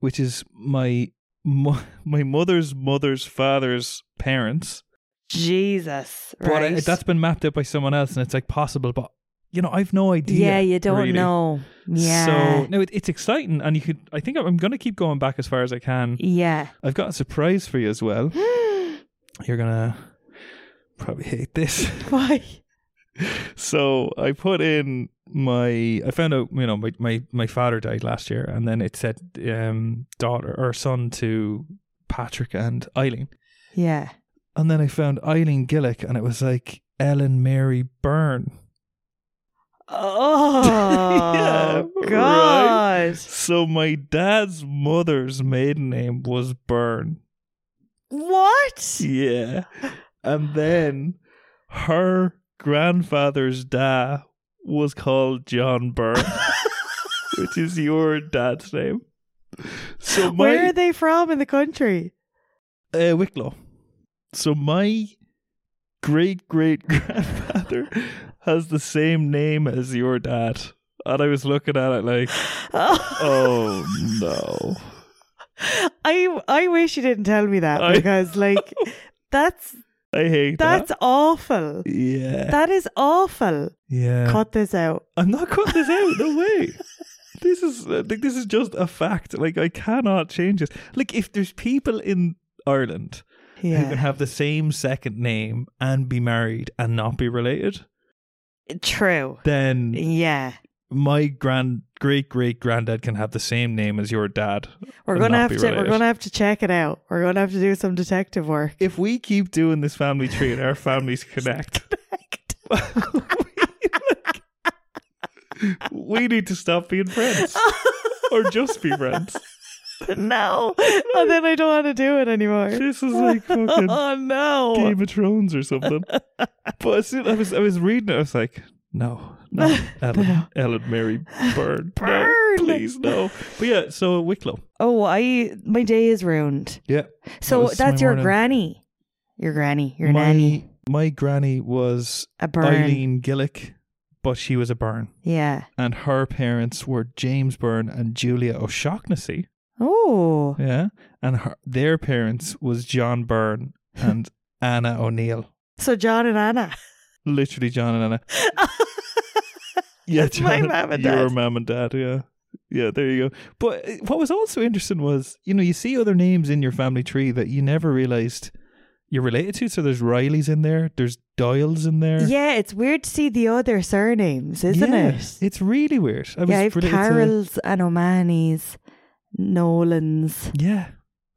Speaker 2: which is my mo- my mother's mother's father's parents.
Speaker 1: Jesus.
Speaker 2: But
Speaker 1: Right.
Speaker 2: I, that's been mapped out by someone else, and it's like possible, but you know, I've no idea.
Speaker 1: yeah, you don't
Speaker 2: really.
Speaker 1: know. Yeah.
Speaker 2: So no, it, it's exciting, and you could. I think I'm going to keep going back as far as I can.
Speaker 1: yeah.
Speaker 2: I've got a surprise for you as well. You're gonna probably hate this.
Speaker 1: Why?
Speaker 2: So I put in my. I found out, you know, my my, my father died last year, and then it said um, daughter or son to Patrick and Eileen,
Speaker 1: Yeah.
Speaker 2: and then I found Eileen Gillick, and it was like Ellen Mary Byrne.
Speaker 1: Oh
Speaker 2: right.
Speaker 1: God!
Speaker 2: So my dad's mother's maiden name was Byrne.
Speaker 1: What?
Speaker 2: Yeah. And then her grandfather's dad was called John Byrne, which is your dad's name. So
Speaker 1: Where
Speaker 2: my
Speaker 1: are they from in the country?
Speaker 2: uh, Wicklow. So my great great grandfather has the same name as your dad. And I was looking at it like, oh no.
Speaker 1: I I wish you didn't tell me that
Speaker 2: I-
Speaker 1: because like that's
Speaker 2: I hate
Speaker 1: that's awful.
Speaker 2: that. Yeah.
Speaker 1: That is awful.
Speaker 2: yeah.
Speaker 1: Cut this out.
Speaker 2: I'm not cutting this out. No way. This is uh, like this is just a fact. Like I cannot change this. Like if there's people in Ireland who can
Speaker 1: Yeah,
Speaker 2: have the same second name and be married and not be related,
Speaker 1: true.
Speaker 2: then
Speaker 1: Yeah,
Speaker 2: my grand great great granddad can have the same name as your dad.
Speaker 1: we're
Speaker 2: and
Speaker 1: gonna have
Speaker 2: not be
Speaker 1: to we're
Speaker 2: related.
Speaker 1: gonna have to check it out. We're gonna have to do some detective work.
Speaker 2: If we keep doing this family tree and our families connect, we need to stop being friends or just be friends.
Speaker 1: no, and then I don't want to do it anymore.
Speaker 2: This is like fucking
Speaker 1: Oh no!
Speaker 2: Game of Thrones or something. but as soon I was I was reading it, I was like, no, no, Ellen,
Speaker 1: No.
Speaker 2: Ellen Mary Byrne,
Speaker 1: Byrne.
Speaker 2: no, please no. But yeah, so Wicklow,
Speaker 1: Oh, I my day is ruined.
Speaker 2: yeah.
Speaker 1: So
Speaker 2: was my
Speaker 1: that's your
Speaker 2: morning.
Speaker 1: granny, your granny, your
Speaker 2: my
Speaker 1: nanny,
Speaker 2: my granny was
Speaker 1: a burn.
Speaker 2: Eileen Gillick, but she was a Byrne,
Speaker 1: Yeah.
Speaker 2: and her parents were James Byrne and Julia O'Shaughnessy.
Speaker 1: Oh,
Speaker 2: Yeah, and her, their parents was John Byrne and Anna O'Neill.
Speaker 1: so John and Anna.
Speaker 2: Literally, John and Anna. Yeah,
Speaker 1: That's my
Speaker 2: John,
Speaker 1: mum and
Speaker 2: Your
Speaker 1: dad.
Speaker 2: mum and dad, yeah. Yeah, there you go. But uh, what was also interesting was, you know, you see other names in your family tree that you never realized you're related to. So there's Rileys in there, there's Doyles in there.
Speaker 1: yeah, it's weird to see the other surnames, isn't
Speaker 2: Yeah,
Speaker 1: it?
Speaker 2: It's really weird. I was
Speaker 1: yeah, I have
Speaker 2: related to-
Speaker 1: Carols and O'Mahony's, Nolan's.
Speaker 2: yeah.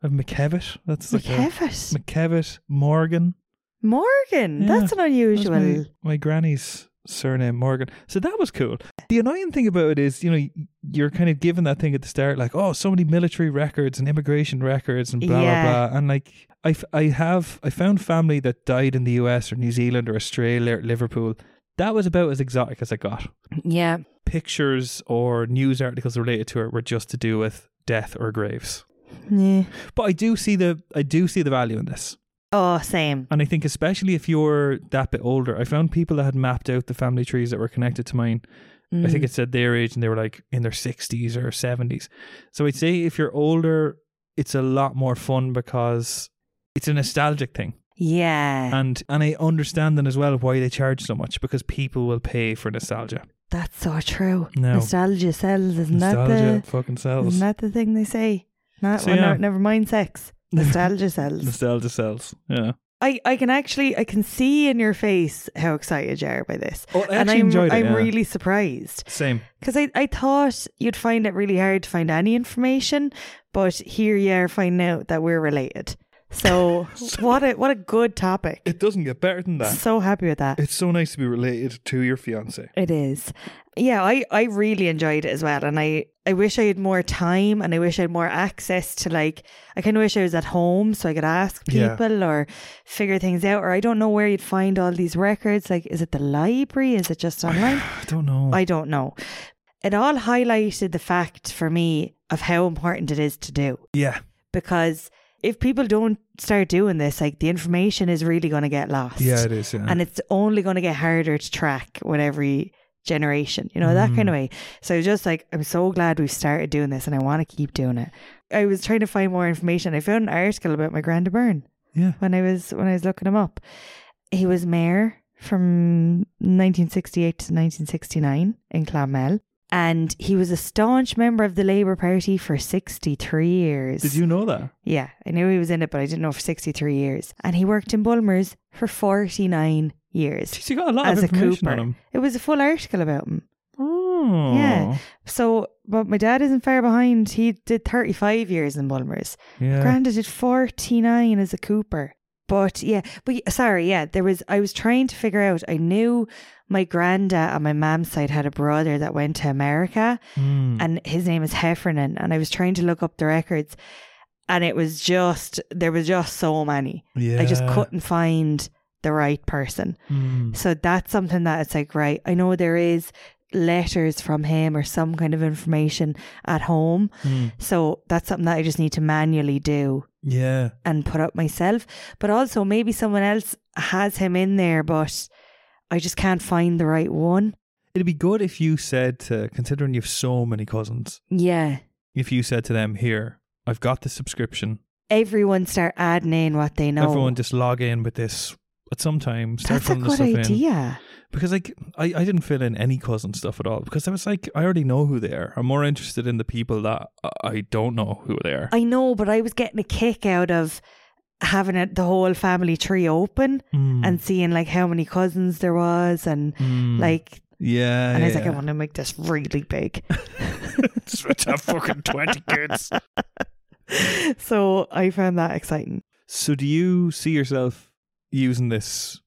Speaker 2: I've McKevitt. That's like a-
Speaker 1: McKevitt.
Speaker 2: McKevitt, Morgan.
Speaker 1: Morgan.
Speaker 2: Yeah,
Speaker 1: That's an
Speaker 2: That's
Speaker 1: unusual.
Speaker 2: my, my granny's surname Morgan. So that was cool. The annoying thing about it is, you know, you're kind of given that thing at the start, like, oh, so many military records and immigration records and blah
Speaker 1: Yeah.
Speaker 2: blah blah. And like, I, f- I have I found family that died in the U.S. or New Zealand or Australia or Liverpool. That was about as exotic as I got.
Speaker 1: yeah.
Speaker 2: Pictures or news articles related to it were just to do with death or graves.
Speaker 1: yeah.
Speaker 2: But I do see the I do see the value in this.
Speaker 1: Oh, same.
Speaker 2: And I think, especially if you're that bit older, I found people that had mapped out the family trees that were connected to mine. I
Speaker 1: Mm.
Speaker 2: think it said their age and they were like in their 60s or 70s. So I'd say if you're older, it's a lot more fun because it's a nostalgic thing.
Speaker 1: Yeah.
Speaker 2: And and I understand then as well why they charge so much because people will pay for nostalgia.
Speaker 1: That's so true.
Speaker 2: No.
Speaker 1: Nostalgia sells, isn't
Speaker 2: nostalgia
Speaker 1: that
Speaker 2: fucking
Speaker 1: the
Speaker 2: sells.
Speaker 1: isn't that the thing they say? Not
Speaker 2: So,
Speaker 1: well,
Speaker 2: yeah.
Speaker 1: no, never mind sex. Nostalgia sells.
Speaker 2: nostalgia sells. Yeah.
Speaker 1: I, I can actually I can see in your face how excited you are by this.
Speaker 2: Oh, I actually
Speaker 1: and I'm
Speaker 2: enjoyed it.
Speaker 1: I'm
Speaker 2: yeah.
Speaker 1: really surprised.
Speaker 2: same.
Speaker 1: Because I, I thought you'd find it really hard to find any information, but here you are finding out that we're related. So what a what a good topic.
Speaker 2: It doesn't get better than that.
Speaker 1: So happy with that.
Speaker 2: It's so nice to be related to your fiance.
Speaker 1: It is. Yeah, I, I really enjoyed it as well. And I, I wish I had more time and I wish I had more access to like, I kind of wish I was at home so I could ask
Speaker 2: Yeah.
Speaker 1: people or figure things out. Or I don't know where you'd find all these records. Like, is it the library? Is it just online?
Speaker 2: I don't know.
Speaker 1: I don't know. It all highlighted the fact for me of how important it is to do
Speaker 2: yeah.
Speaker 1: because if people don't start doing this, like the information is really going to get lost.
Speaker 2: Yeah, it is. Yeah.
Speaker 1: And it's only going to get harder to track with every generation, you know, that kind of
Speaker 2: Mm.
Speaker 1: way. So just like, I'm so glad we've started doing this and I want to keep doing it. I was trying to find more information. I found an article about my granda Byrne
Speaker 2: yeah.
Speaker 1: when I was when I was looking him up. He was mayor from 1968 to 1969 in Clonmel, and he was a staunch member of the Labour Party for 63 years.
Speaker 2: Did you know that?
Speaker 1: Yeah, I knew he was in it, but I didn't know for 63 years. And he worked in Bulmers for 49 years
Speaker 2: Jeez, you got a lot
Speaker 1: as
Speaker 2: of
Speaker 1: a
Speaker 2: information
Speaker 1: cooper.
Speaker 2: on him.
Speaker 1: It was a full article about him.
Speaker 2: Oh.
Speaker 1: Yeah. So, but my dad isn't far behind. He did 35 years in Bulmers.
Speaker 2: Yeah.
Speaker 1: Granda did 49 as a Cooper. But yeah, but y- sorry, yeah, there was, I was trying to figure out, I knew my granda on my mom's side had a brother that went to America
Speaker 2: Mm.
Speaker 1: and his name is Heffernan. And I was trying to look up the records and it was just, there was just so many.
Speaker 2: yeah.
Speaker 1: I just couldn't find the right person.
Speaker 2: Mm.
Speaker 1: So that's something that it's like, right, I know there is letters from him or some kind of information at home.
Speaker 2: Mm.
Speaker 1: So that's something that I just need to manually do
Speaker 2: Yeah.
Speaker 1: and put up myself. But also, maybe someone else has him in there, but I just can't find the right one.
Speaker 2: It'd be good if you said to, considering you have so many cousins,
Speaker 1: Yeah.
Speaker 2: if you said to them, here, I've got the subscription.
Speaker 1: Everyone start adding in what they know.
Speaker 2: Everyone just log in with this at some time. Start
Speaker 1: That's a
Speaker 2: filling this
Speaker 1: good
Speaker 2: stuff in.
Speaker 1: idea.
Speaker 2: Because like I, I didn't fill in any cousin stuff at all because I was like, I already know who they are. I'm more interested in the people that I- I don't know who they are.
Speaker 1: I know, but I was getting a kick out of having it, the whole family tree open
Speaker 2: Mm.
Speaker 1: and seeing like how many cousins there was and
Speaker 2: Mm.
Speaker 1: like,
Speaker 2: yeah,
Speaker 1: and I was
Speaker 2: yeah,
Speaker 1: like, I want to make this really big.
Speaker 2: Just have fucking 20 kids.
Speaker 1: so I found that exciting.
Speaker 2: So do you see yourself using this?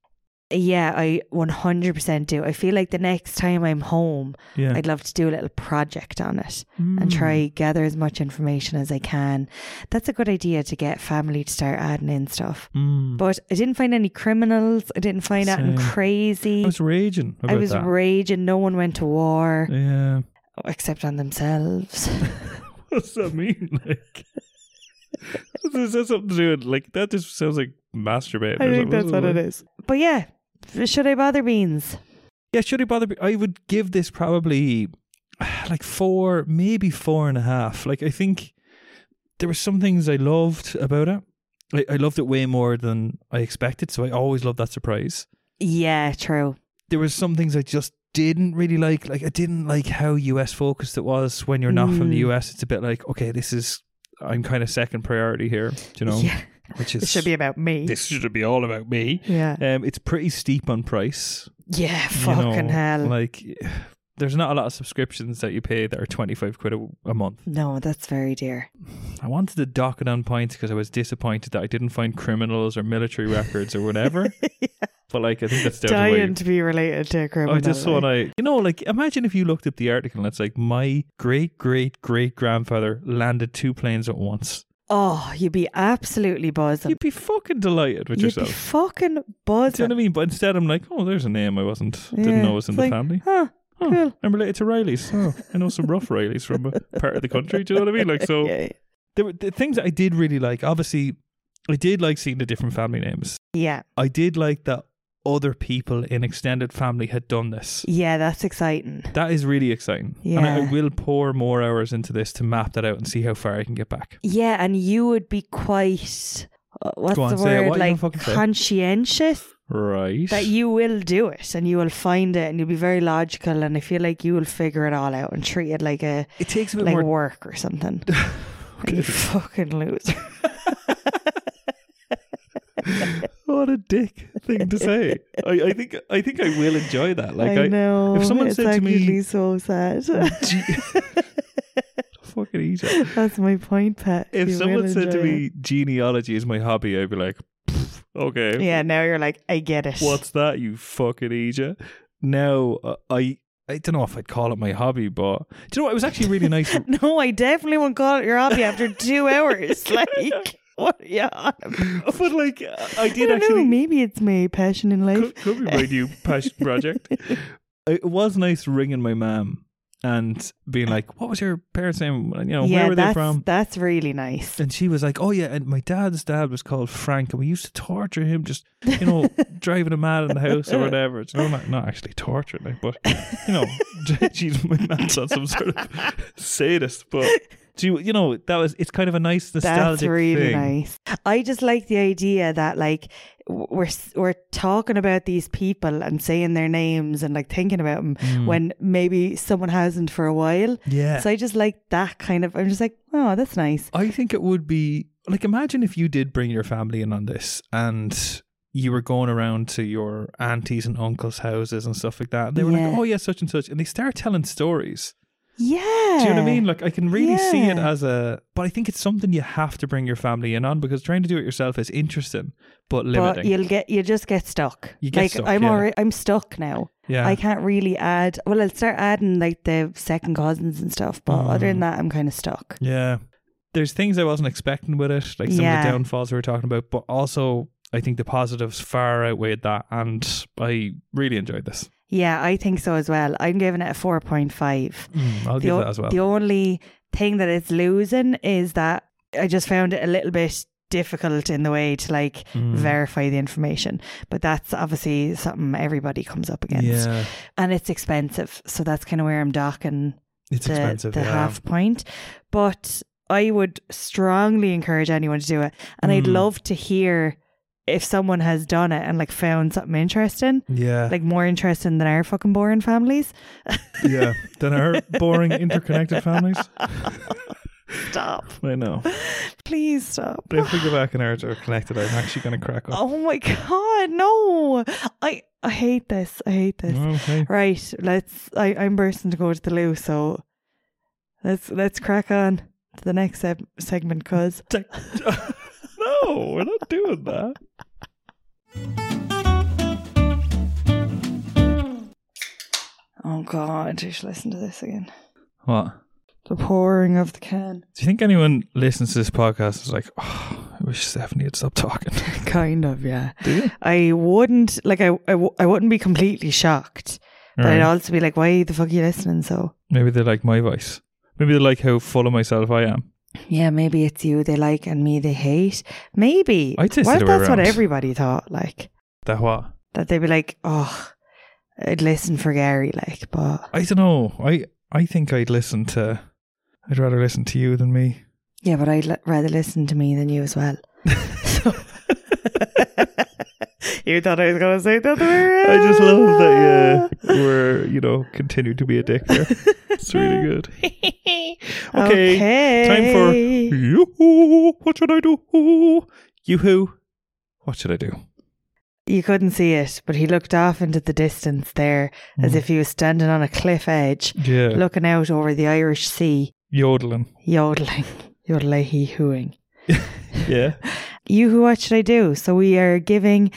Speaker 1: Yeah, I 100% do. I feel like the next time I'm home,
Speaker 2: Yeah. Hmm. Mm.
Speaker 1: I'd love to do a little project on it and try gather as much information as I can. That's a good idea to get family to start adding in stuff.
Speaker 2: Mm.
Speaker 1: But I didn't find any criminals. I didn't find anything
Speaker 2: Same.
Speaker 1: crazy.
Speaker 2: I was raging about
Speaker 1: I was
Speaker 2: that.
Speaker 1: raging. No one went to war
Speaker 2: yeah.
Speaker 1: except on themselves.
Speaker 2: What does that mean? Like, is that something to do with, like, that just sounds like masturbating.
Speaker 1: I
Speaker 2: or
Speaker 1: think that's
Speaker 2: something.
Speaker 1: what it is. But yeah, should I bother beans?
Speaker 2: Yeah, should I bother? Be- I would give this probably like four, maybe four and a half. Like, I think there were some things I loved about it. I, I loved it way more than I expected, so I always love that surprise.
Speaker 1: Yeah, true.
Speaker 2: There was some things I just didn't really like. Like, I didn't like how US focused it was. When you're not from the
Speaker 1: Mm.
Speaker 2: US, it's a bit like, okay, this is I'm kind of second priority here. Do you know?
Speaker 1: yeah,
Speaker 2: Which is
Speaker 1: it should be about me.
Speaker 2: this should be all about me.
Speaker 1: yeah.
Speaker 2: Um, it's pretty steep on price.
Speaker 1: Yeah,
Speaker 2: you
Speaker 1: fucking
Speaker 2: know,
Speaker 1: hell.
Speaker 2: Like, there's not a lot of subscriptions that you pay that are 25 quid a, a month.
Speaker 1: no, that's very dear.
Speaker 2: I wanted to dock it on points because I was disappointed that I didn't find criminals or military records or whatever. But, like, I think that's down to
Speaker 1: Dying
Speaker 2: way.
Speaker 1: to be related to a criminal.
Speaker 2: Oh, I just want to, you know, like, imagine if you looked up the article and it's like, my great great great grandfather landed two planes at once.
Speaker 1: Oh, you'd be absolutely buzzing.
Speaker 2: You'd be fucking delighted with
Speaker 1: You'd be
Speaker 2: yourself.
Speaker 1: fucking
Speaker 2: Do you
Speaker 1: buzzing.
Speaker 2: know what I mean? But instead, I'm like, oh, there's a name I wasn't,
Speaker 1: Yeah,
Speaker 2: didn't know was in
Speaker 1: it's
Speaker 2: the
Speaker 1: like,
Speaker 2: family.
Speaker 1: Huh,
Speaker 2: Oh,
Speaker 1: cool.
Speaker 2: I'm related to Rileys. Oh, I know some rough Rileys from a part of the country. Do you know what I mean? Like, so
Speaker 1: Yeah.
Speaker 2: there were the things that I did really like. Obviously, I did like seeing the different family names.
Speaker 1: yeah,
Speaker 2: I did like that other people in extended family had done this.
Speaker 1: yeah, that's exciting.
Speaker 2: That is really exciting. And I,
Speaker 1: Yeah.
Speaker 2: I will pour more hours into this to map that out and see how far I can get back.
Speaker 1: Yeah, and you would be quite uh, what's
Speaker 2: Go on,
Speaker 1: the
Speaker 2: say
Speaker 1: word
Speaker 2: it. What you gonna
Speaker 1: like
Speaker 2: fucking say?
Speaker 1: conscientious
Speaker 2: Right.
Speaker 1: that you will do it and you will find it and you'll be very logical and I feel like you will figure it all out and treat it like a
Speaker 2: it takes a bit
Speaker 1: like
Speaker 2: more.
Speaker 1: work or something. And You fucking loser.
Speaker 2: what a dick thing to say. I, I think I think I will enjoy that. Like
Speaker 1: I,
Speaker 2: I,
Speaker 1: know.
Speaker 2: if someone
Speaker 1: it's
Speaker 2: said to me-
Speaker 1: actually so sad.
Speaker 2: Gee- fucking easy.
Speaker 1: That's my point, Pat.
Speaker 2: If
Speaker 1: You
Speaker 2: someone
Speaker 1: will
Speaker 2: said to
Speaker 1: enjoy
Speaker 2: me genealogy is my hobby, I'd be like, "Pfft, okay,
Speaker 1: it. yeah, now you're like, I get it.
Speaker 2: what's that? You fucking idiot. Now uh, I I don't know if I'd call it my hobby, but do you know what? It was actually really nice.
Speaker 1: No, I definitely won't call it your hobby after two hours. Like, what are you on about?
Speaker 2: but like I
Speaker 1: I
Speaker 2: did
Speaker 1: don't know.
Speaker 2: actually
Speaker 1: Maybe it's my passion in life.
Speaker 2: could, could be my new passion project. It was nice ringing my mum and being like, "What was your parents' name? You know,
Speaker 1: yeah,
Speaker 2: where were they
Speaker 1: that's
Speaker 2: from?"
Speaker 1: that's really nice.
Speaker 2: And she was like, "Oh yeah, and my dad's dad was called Frank, and we used to torture him, just you know, driving him mad in the house or whatever." It's not not actually torturing, like, but you know, she's my man's on some sort of sadist, but. She, you know, that was it's kind of a nice nostalgic
Speaker 1: That's really
Speaker 2: thing.
Speaker 1: nice. I just like the idea that like w- we're s- we're talking about these people and saying their names and like thinking about them when maybe someone hasn't for a while.
Speaker 2: Mm. Yeah,
Speaker 1: So I just like that kind of. I'm just like, oh, that's nice.
Speaker 2: I think it would be like imagine if you did bring your family in on this and you were going around to your aunties and uncles' houses and stuff like that. And they were
Speaker 1: Yeah.
Speaker 2: like, "Oh yeah, such and such," and they start telling stories.
Speaker 1: Yeah.
Speaker 2: Do you know what I mean? Like I can really see it
Speaker 1: Yeah.
Speaker 2: as a, but I think it's something you have to bring your family in on because trying to do it yourself is interesting but limiting.
Speaker 1: But you'll get you just get stuck.
Speaker 2: You get
Speaker 1: like
Speaker 2: stuck,
Speaker 1: I'm
Speaker 2: yeah.
Speaker 1: already I'm stuck now.
Speaker 2: yeah,
Speaker 1: I can't really add. Well, I'll start adding like the second cousins and stuff, but other
Speaker 2: Mm.
Speaker 1: than that, I'm kind of stuck.
Speaker 2: yeah. There's things I wasn't expecting with it, like some of
Speaker 1: Yeah.
Speaker 2: the downfalls we were talking about, but also I think the positives far outweighed that, and I really enjoyed this.
Speaker 1: Yeah, I think so as well. I'm giving it a four point five.
Speaker 2: Mm, I'll
Speaker 1: the,
Speaker 2: give
Speaker 1: o-
Speaker 2: that as well.
Speaker 1: the only thing that it's losing is that I just found it a little bit difficult in the way to like
Speaker 2: Mm.
Speaker 1: verify the information. But that's obviously something everybody comes up against.
Speaker 2: Yeah,
Speaker 1: And it's expensive. So that's kind of where I'm docking
Speaker 2: it's
Speaker 1: the,
Speaker 2: expensive.
Speaker 1: the
Speaker 2: yeah.
Speaker 1: half point. But I would strongly encourage anyone to do it. And I'd
Speaker 2: Mm.
Speaker 1: love to hear if someone has done it and like found something interesting,
Speaker 2: yeah,
Speaker 1: like more interesting than our fucking boring families.
Speaker 2: yeah. Then our boring interconnected families.
Speaker 1: Stop.
Speaker 2: I know.
Speaker 1: Please stop.
Speaker 2: But if we go back and ours are connected, I'm actually going to crack up.
Speaker 1: Oh my god, no. I I hate this. I hate this.
Speaker 2: Okay.
Speaker 1: Right, let's I, I'm bursting to go to the loo, so let's let's crack on to the next seg- segment cuz
Speaker 2: no, we're not doing that.
Speaker 1: Oh god, you should listen to this again.
Speaker 2: What?
Speaker 1: The pouring of the can.
Speaker 2: Do you think anyone listens to this podcast and is like, oh, I wish Stephanie had stopped talking?
Speaker 1: Kind of, yeah.
Speaker 2: Do you?
Speaker 1: I wouldn't like I I, w- I wouldn't be completely shocked, but I'd
Speaker 2: Right.
Speaker 1: also be like, why the fuck are you listening? So
Speaker 2: Maybe they like my voice. Maybe they like how full of myself I am.
Speaker 1: yeah, maybe it's you they like and me they hate. Maybe
Speaker 2: I'd say it's the
Speaker 1: what if
Speaker 2: other way
Speaker 1: that's what
Speaker 2: around.
Speaker 1: everybody thought? Like
Speaker 2: That what?
Speaker 1: that they'd be like, oh, I'd listen for Gary, like, but
Speaker 2: I don't know. I I think I'd listen to. I'd rather listen to you than me.
Speaker 1: yeah, but I'd l- rather listen to me than you as well. So- you thought I was going to say that the way
Speaker 2: I just love
Speaker 1: around.
Speaker 2: that uh, we're, you know, continue to be a dick there. It's really good.
Speaker 1: okay.
Speaker 2: Okay, time for- Yoo-hoo, what should I do? Yoo-hoo, what should I do?
Speaker 1: You couldn't see it, but he looked off into the distance there as
Speaker 2: Mm.
Speaker 1: if he was standing on a cliff edge,
Speaker 2: Yeah,
Speaker 1: looking out over the Irish Sea,
Speaker 2: yodeling.
Speaker 1: yodeling, yodelay hooing.
Speaker 2: Yeah.
Speaker 1: You Who What Should I Do? So we are giving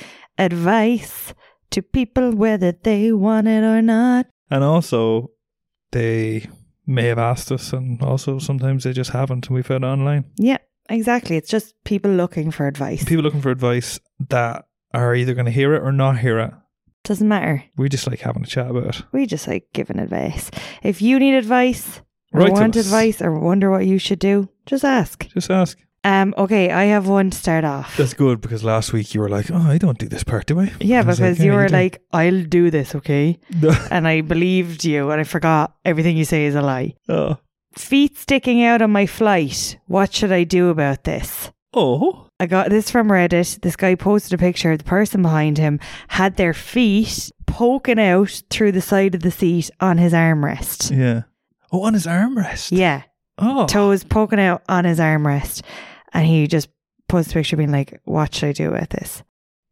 Speaker 1: advice to people whether they want it or not.
Speaker 2: And also, they may have asked us, and also sometimes they just haven't, and we found it online.
Speaker 1: Yeah, exactly. It's just people looking for advice.
Speaker 2: People looking for advice that are either going to hear it or not hear it.
Speaker 1: Doesn't matter.
Speaker 2: We just like having a chat about it.
Speaker 1: We just like giving advice. If you need advice or
Speaker 2: Write to
Speaker 1: want
Speaker 2: us.
Speaker 1: advice or wonder what you should do, just ask.
Speaker 2: Just ask.
Speaker 1: Um, okay, I have one to start off.
Speaker 2: That's good because last week you were like, "Oh, I don't do this part, do I?"
Speaker 1: yeah,
Speaker 2: I was
Speaker 1: because
Speaker 2: like,
Speaker 1: you
Speaker 2: "Yeah,
Speaker 1: were
Speaker 2: do."
Speaker 1: like, I'll do this, okay? And I believed you and I forgot everything you say is a lie.
Speaker 2: oh,
Speaker 1: Feet sticking out on my flight. What should I do about this?
Speaker 2: Oh,
Speaker 1: I got this from Reddit. This guy posted a picture of the person behind him had their feet poking out through the side of the seat on his armrest.
Speaker 2: yeah. Oh, on his armrest.
Speaker 1: Yeah.
Speaker 2: Oh,
Speaker 1: Toes poking out on his armrest. And he just posted a picture being like, What should I do about this?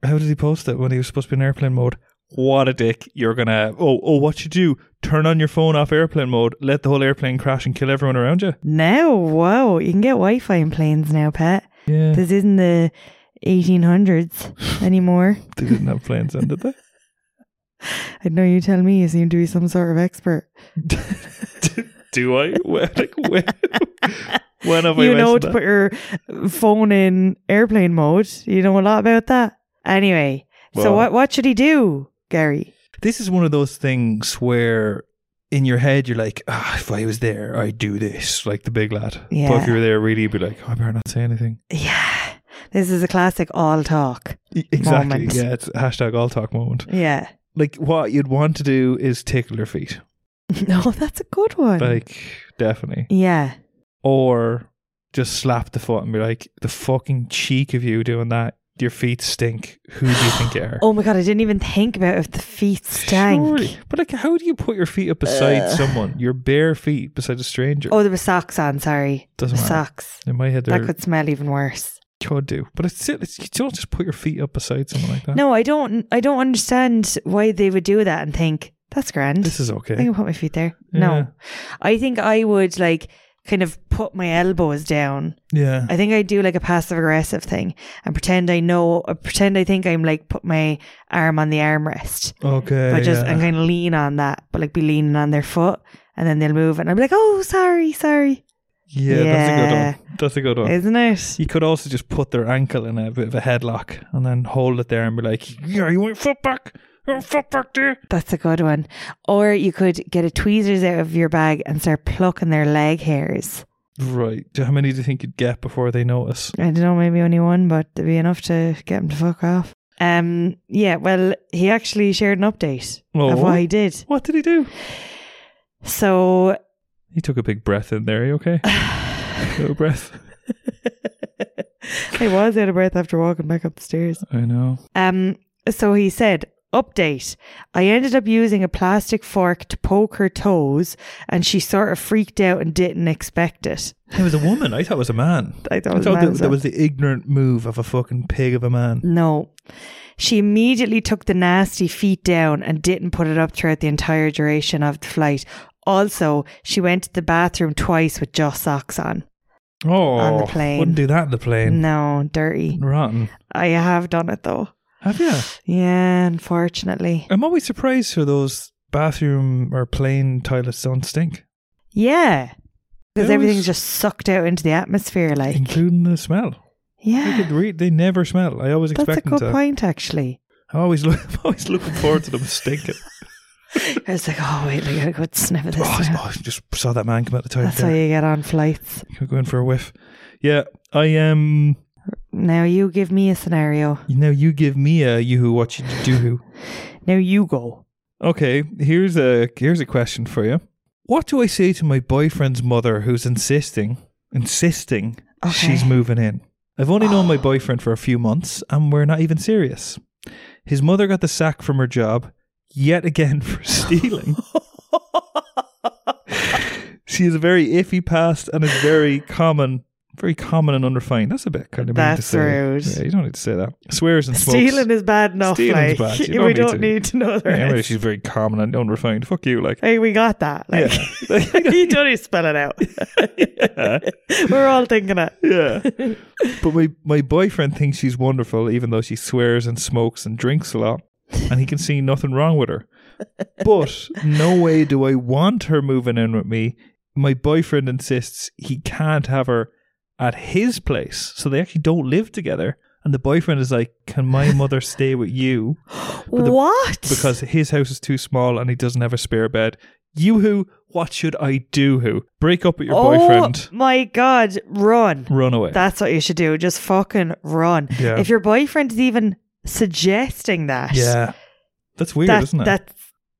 Speaker 2: how did he post it when he was supposed to be in airplane mode? What a dick! You're gonna oh oh what you do? Turn on your phone off airplane mode. Let the whole airplane crash and kill everyone around you.
Speaker 1: Now, whoa, you can get Wi Fi in planes now, Pat.
Speaker 2: Yeah,
Speaker 1: This isn't the 1800s anymore.
Speaker 2: they didn't have planes then, did they?
Speaker 1: I know you tell me you seem to be some sort of expert.
Speaker 2: do I? Where, like when? when have
Speaker 1: you
Speaker 2: I
Speaker 1: know
Speaker 2: messed
Speaker 1: to
Speaker 2: up?
Speaker 1: put your phone in airplane mode. You know a lot about that. Anyway, so
Speaker 2: Well-
Speaker 1: what what should he do, Gary?
Speaker 2: This is one of those things where in your head you're like, ah, if I was there, I'd do this, like the big lad. But
Speaker 1: Yeah.
Speaker 2: if you were there, really, you'd be like, oh, I better not say anything.
Speaker 1: Yeah, this is a classic all talk.
Speaker 2: E- Exactly.
Speaker 1: Moment.
Speaker 2: Yeah, it's a hashtag all talk moment.
Speaker 1: Yeah.
Speaker 2: Like what you'd want to do is tickle their feet,
Speaker 1: No, that's a good one.
Speaker 2: like definitely,
Speaker 1: yeah.
Speaker 2: or just slap the foot and be like, the fucking cheek of you doing that. Your feet stink. Who do you think you are?
Speaker 1: Oh my god, I didn't even think about if the feet stank.
Speaker 2: Surely. But like, how do you put your feet up beside
Speaker 1: Ugh.
Speaker 2: someone? Your bare feet beside a stranger.
Speaker 1: Oh, there were socks on. Sorry,
Speaker 2: Doesn't matter.
Speaker 1: socks.
Speaker 2: In my head, they
Speaker 1: That
Speaker 2: could,
Speaker 1: could smell even worse.
Speaker 2: do. But it's, still- it's you don't just put your feet up beside someone like that.
Speaker 1: No, I don't. I don't understand why they would do that and think that's grand.
Speaker 2: This is
Speaker 1: I
Speaker 2: okay.
Speaker 1: can put my feet there.
Speaker 2: Yeah.
Speaker 1: No. I think I would like kind of put my elbows down.
Speaker 2: Yeah.
Speaker 1: I think I do like a passive aggressive thing and pretend I know, or pretend I think I'm like put my arm on the armrest.
Speaker 2: okay.
Speaker 1: But just,
Speaker 2: Oh, yeah.
Speaker 1: I'm kind of lean on that, but like be leaning on their foot and then they'll move and I'll be like, oh, sorry, sorry.
Speaker 2: yeah, that's a good one. That's a good one.
Speaker 1: Isn't it?
Speaker 2: you could also just put their ankle in a bit of a headlock and then hold it there and be like, "Yeah, you want your foot back? You want your foot back there?"
Speaker 1: That's a good one. Or you could get a tweezers out of your bag and start plucking their leg hairs.
Speaker 2: Right. Do- How many do you think you'd get before they notice?
Speaker 1: I don't know, maybe only one, but it'd be enough to get him to fuck off. Um, yeah, well, he actually shared an update of
Speaker 2: Oh.
Speaker 1: what he did.
Speaker 2: What did he do?
Speaker 1: So,
Speaker 2: He took a big breath in there. Are you okay? Little breath.
Speaker 1: I was out of breath after walking back up the stairs.
Speaker 2: I know.
Speaker 1: Um, so he said, Update. I ended up using a plastic fork to poke her toes, and she sort of freaked out and didn't expect it.
Speaker 2: It was a woman. I thought it was a man.
Speaker 1: I thought, it
Speaker 2: I
Speaker 1: was
Speaker 2: thought
Speaker 1: mad
Speaker 2: that,
Speaker 1: as
Speaker 2: that
Speaker 1: well.
Speaker 2: was the ignorant move of a fucking pig of a man.
Speaker 1: No. She immediately took the nasty feet down and didn't put it up throughout the entire duration of the flight. Also, she went to the bathroom twice with just socks on.
Speaker 2: Oh,
Speaker 1: On the plane.
Speaker 2: wouldn't do that in the plane.
Speaker 1: No, dirty.
Speaker 2: Rotten.
Speaker 1: I have done it though.
Speaker 2: Have you?
Speaker 1: Yeah, unfortunately.
Speaker 2: I'm always surprised how those bathroom or plane toilets don't stink,
Speaker 1: Yeah. Because
Speaker 2: There
Speaker 1: everything's
Speaker 2: was-
Speaker 1: just sucked out into the atmosphere, like.
Speaker 2: including the smell. They,
Speaker 1: Yeah.
Speaker 2: could re- they never smell. I always
Speaker 1: That's a
Speaker 2: expect them
Speaker 1: good
Speaker 2: to.
Speaker 1: point, actually.
Speaker 2: I'm always, look, I'm always looking forward to them stinking.
Speaker 1: I was like, oh, wait, I gotta go sniff of this.
Speaker 2: oh,
Speaker 1: now.
Speaker 2: oh, I just saw that man come out the toilet.
Speaker 1: That's how
Speaker 2: there.
Speaker 1: you get on flights.
Speaker 2: Could go in for a whiff. Yeah, I am. Um,
Speaker 1: Now you give me a scenario.
Speaker 2: you know, you give me a you who what you do who.
Speaker 1: Now you go.
Speaker 2: Okay, here's a here's a question for you. What do I say to my boyfriend's mother who's insisting insisting
Speaker 1: Okay.
Speaker 2: she's moving in? I've only known my boyfriend for a few months and we're not even serious. His mother got the sack from her job yet again for stealing. she has a very iffy past and is very common very common and unrefined. That's a bit kind of mean to
Speaker 1: That's
Speaker 2: say.
Speaker 1: rude.
Speaker 2: Yeah, you don't need to say that. Swears and smokes.
Speaker 1: Stealing is bad enough.
Speaker 2: Stealing's
Speaker 1: like,
Speaker 2: bad. You don't
Speaker 1: we
Speaker 2: need
Speaker 1: don't
Speaker 2: to-
Speaker 1: need to know the
Speaker 2: Yeah, anyway,
Speaker 1: rest.
Speaker 2: she's very common and unrefined. Fuck you, like.
Speaker 1: Hey, we got that. Like, you don't need to spell it out.
Speaker 2: yeah.
Speaker 1: We're all thinking it.
Speaker 2: Yeah. But my, my boyfriend thinks she's wonderful, even though she swears and smokes and drinks a lot, and he can see nothing wrong with her. But no way do I want her moving in with me. My boyfriend insists he can't have her at his place. So they actually don't live together. And the boyfriend is like, Can my mother stay with you? the-
Speaker 1: what?
Speaker 2: Because his house is too small and he doesn't have a spare bed. You who? What should I do who? Break up with your
Speaker 1: oh
Speaker 2: boyfriend.
Speaker 1: my god, run!
Speaker 2: Run away.
Speaker 1: That's what you should do. Just fucking run.
Speaker 2: Yeah.
Speaker 1: If your boyfriend is even suggesting that,
Speaker 2: Yeah. That's weird,
Speaker 1: that
Speaker 2: isn't it?
Speaker 1: that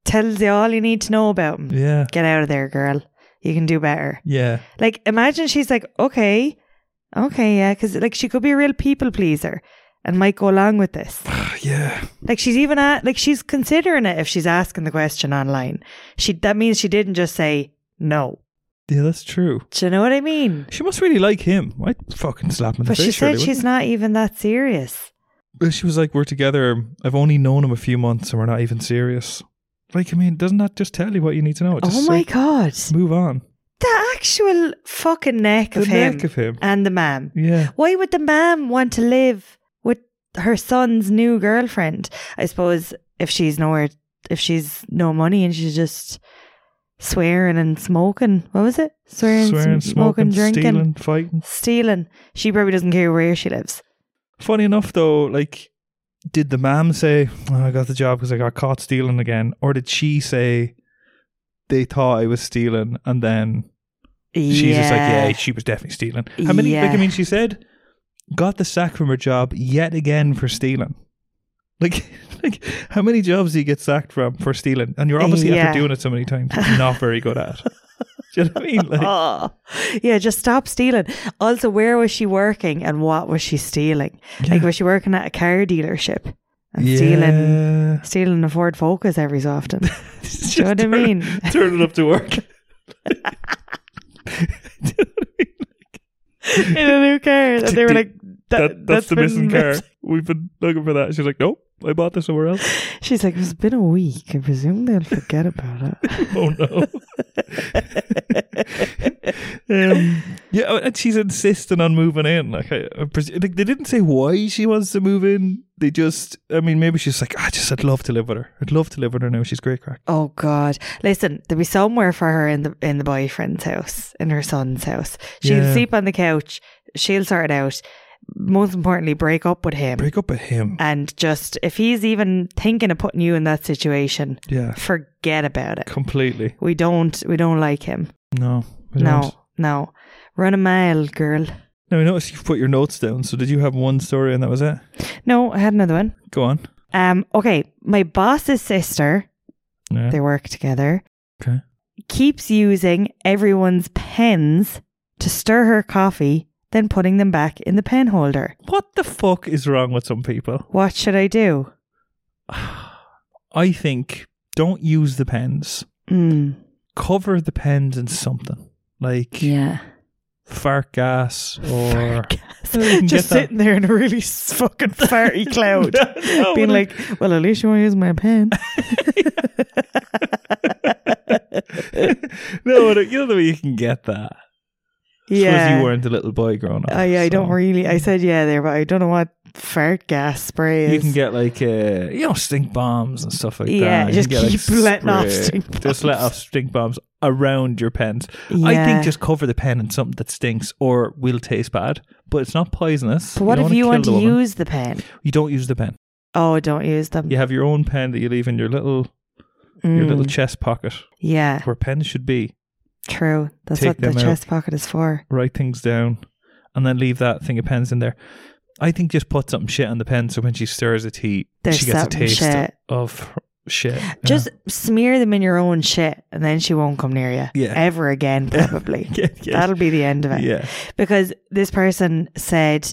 Speaker 1: tells you all you need to know about him.
Speaker 2: yeah.
Speaker 1: Get out of there, girl. You can do better.
Speaker 2: Yeah.
Speaker 1: Like, imagine she's like, okay, Okay, yeah, because like she could be a real people pleaser and might go along with this.
Speaker 2: yeah.
Speaker 1: Like she's even at, like she's considering it if she's asking the question online. She that means she didn't just say no.
Speaker 2: Yeah, that's true.
Speaker 1: Do you know what I mean?
Speaker 2: She must really like him. I'd fucking slap him in
Speaker 1: But
Speaker 2: the
Speaker 1: she
Speaker 2: face. surely,
Speaker 1: said she's not even that serious.
Speaker 2: wouldn't I? She was like, "We're together. I've only known him a few months, and we're not even serious." Like, I mean, doesn't that just tell you what you need to know? It
Speaker 1: Oh
Speaker 2: just,
Speaker 1: my
Speaker 2: like,
Speaker 1: god.
Speaker 2: Move on.
Speaker 1: The actual fucking neck
Speaker 2: The
Speaker 1: of him
Speaker 2: neck of him.
Speaker 1: and the man.
Speaker 2: Yeah.
Speaker 1: Why would the mom want to live with her son's new girlfriend? I suppose if she's nowhere, if she's no money and she's just swearing and smoking. What was it? Swearing,
Speaker 2: Swearing,
Speaker 1: sm- smoking,
Speaker 2: smoking,
Speaker 1: drinking,
Speaker 2: stealing, fighting.
Speaker 1: stealing. She probably doesn't care where she lives.
Speaker 2: Funny enough, though, like, did the mom say, oh, "I got the job because I got caught stealing again," or did she say they thought I was stealing and then She's just like, yeah, she was definitely stealing. How many? Like,
Speaker 1: Yeah.
Speaker 2: I mean, she said, got the sack from her job yet again for stealing. Like, like how many jobs do you get sacked from for stealing? And you're obviously
Speaker 1: Yeah.
Speaker 2: after doing it so many times, you're not very good at. it. do you know what I mean? Like,
Speaker 1: Oh, yeah, just stop stealing. Also, where was she working and what was she stealing? Like,
Speaker 2: Yeah.
Speaker 1: was she working at a car dealership and stealing
Speaker 2: Yeah.
Speaker 1: stealing a Ford Focus every so often?
Speaker 2: Just
Speaker 1: Do you know what I
Speaker 2: turn-
Speaker 1: mean?
Speaker 2: Turn it up to work.
Speaker 1: in a new car. And they were like, that,
Speaker 2: That, that's, the
Speaker 1: been
Speaker 2: missing car.
Speaker 1: missed.
Speaker 2: We've been looking for that. She's like, nope, I bought this somewhere else.
Speaker 1: She's like, it's been a week. I presume they'll forget about it.
Speaker 2: Oh no. um, yeah, and she's insisting on moving in. Like, I, I pres- like they didn't say why she wants to move in. They just, I mean, maybe she's like, I just, I'd love to live with her. I'd love to live with her now. She's great crack.
Speaker 1: oh God! Listen, there'll be somewhere for her in the in the boyfriend's house, in her son's house. She'll
Speaker 2: Yeah.
Speaker 1: sleep on the couch. She'll sort it out. Most importantly, break up with him.
Speaker 2: Break up with him.
Speaker 1: and just if he's even thinking of putting you in that situation,
Speaker 2: Yeah,
Speaker 1: forget about it.
Speaker 2: completely.
Speaker 1: We don't we don't like him.
Speaker 2: No, we
Speaker 1: No,
Speaker 2: don't.
Speaker 1: no. Run a mile, girl.
Speaker 2: Now I noticed you put your notes down. So did you have one story and that was it?
Speaker 1: No, I had another one.
Speaker 2: Go on.
Speaker 1: Um, okay, my boss's sister,
Speaker 2: Yeah.
Speaker 1: they work together,
Speaker 2: Okay.
Speaker 1: keeps using everyone's pens to stir her coffee, then putting them back in the pen holder.
Speaker 2: What the fuck is wrong with some people?
Speaker 1: What should I do?
Speaker 2: I think don't use the pens.
Speaker 1: Mm,
Speaker 2: Cover the pens in something like
Speaker 1: yeah.
Speaker 2: fart gas or can
Speaker 1: Just
Speaker 2: get that.
Speaker 1: sitting there in a really s- fucking farty cloud.
Speaker 2: No,
Speaker 1: being
Speaker 2: what
Speaker 1: like, well, at least you won't use my pen.
Speaker 2: a- no, what a- you know the way you can get that. Suppose you
Speaker 1: yeah.
Speaker 2: weren't a little boy growing up.
Speaker 1: Oh, yeah, I don't
Speaker 2: so
Speaker 1: really. I said yeah there, but I don't know what fart gas spray is.
Speaker 2: You can get like uh, you know stink bombs and stuff like
Speaker 1: Yeah,
Speaker 2: that. You
Speaker 1: just
Speaker 2: can get,
Speaker 1: keep letting off stink
Speaker 2: Just let
Speaker 1: bombs.
Speaker 2: off stink bombs around your pens. I
Speaker 1: Yeah.
Speaker 2: think just cover the pen in something that stinks or will taste bad, but it's not poisonous.
Speaker 1: But what if
Speaker 2: don't wanna
Speaker 1: you
Speaker 2: kill
Speaker 1: want
Speaker 2: the
Speaker 1: to
Speaker 2: woman.
Speaker 1: use the pen?
Speaker 2: You don't use the pen.
Speaker 1: Oh, don't use them.
Speaker 2: You have your own pen that you leave in your little your
Speaker 1: Mm.
Speaker 2: little chest pocket
Speaker 1: yeah,
Speaker 2: where pens should be.
Speaker 1: true. That's
Speaker 2: Take
Speaker 1: what the
Speaker 2: them out.
Speaker 1: chest pocket is for.
Speaker 2: write things down, and then leave that thing of pens in there. I think just put something shit on the pen so when she stirs it, he
Speaker 1: There's
Speaker 2: she gets a
Speaker 1: something
Speaker 2: taste
Speaker 1: shit.
Speaker 2: of her shit. Yeah.
Speaker 1: Just smear them in your own shit, and then she won't come near you
Speaker 2: Yeah.
Speaker 1: ever again. Probably
Speaker 2: yeah, yeah,
Speaker 1: that'll be the end of it.
Speaker 2: yeah.
Speaker 1: Because this person said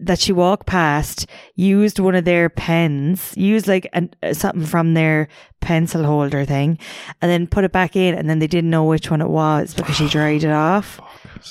Speaker 1: that she walked past, used one of their pens, used like an, uh, something from their pencil holder thing, and then put it back in, and then they didn't know which one it was because she dried it off.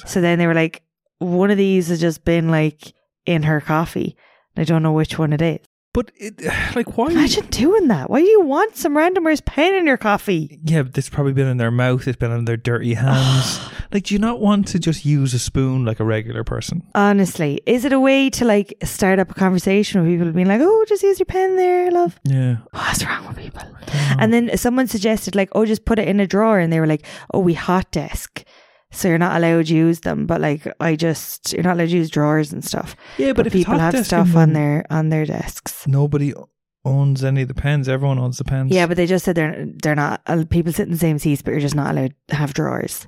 Speaker 1: So then they were like, one of these has just been like in her coffee. And I don't know which one it is.
Speaker 2: But it, like, why?
Speaker 1: Imagine doing that. Why do you want some randomer's pen in your coffee?
Speaker 2: Yeah, but it's probably been in their mouth. It's been in their dirty hands. like, do you not want to just use a spoon like a regular person?
Speaker 1: Honestly, is it a way to like start up a conversation with people being like, oh, just use your pen there, love?
Speaker 2: Yeah.
Speaker 1: What's Oh, wrong with people?
Speaker 2: Oh.
Speaker 1: And then someone suggested, like, oh, just put it in a drawer. And they were like, oh, we hot desk. So you're not allowed to use them, but like I just you're not allowed to use drawers and stuff.
Speaker 2: Yeah, but, if it's
Speaker 1: people
Speaker 2: hot
Speaker 1: have
Speaker 2: desking,
Speaker 1: stuff on
Speaker 2: then
Speaker 1: their on their desks.
Speaker 2: Nobody owns any of the pens. Everyone owns the pens.
Speaker 1: Yeah, but they just said they're they're not uh, people sit in the same seats, but you're just not allowed to have drawers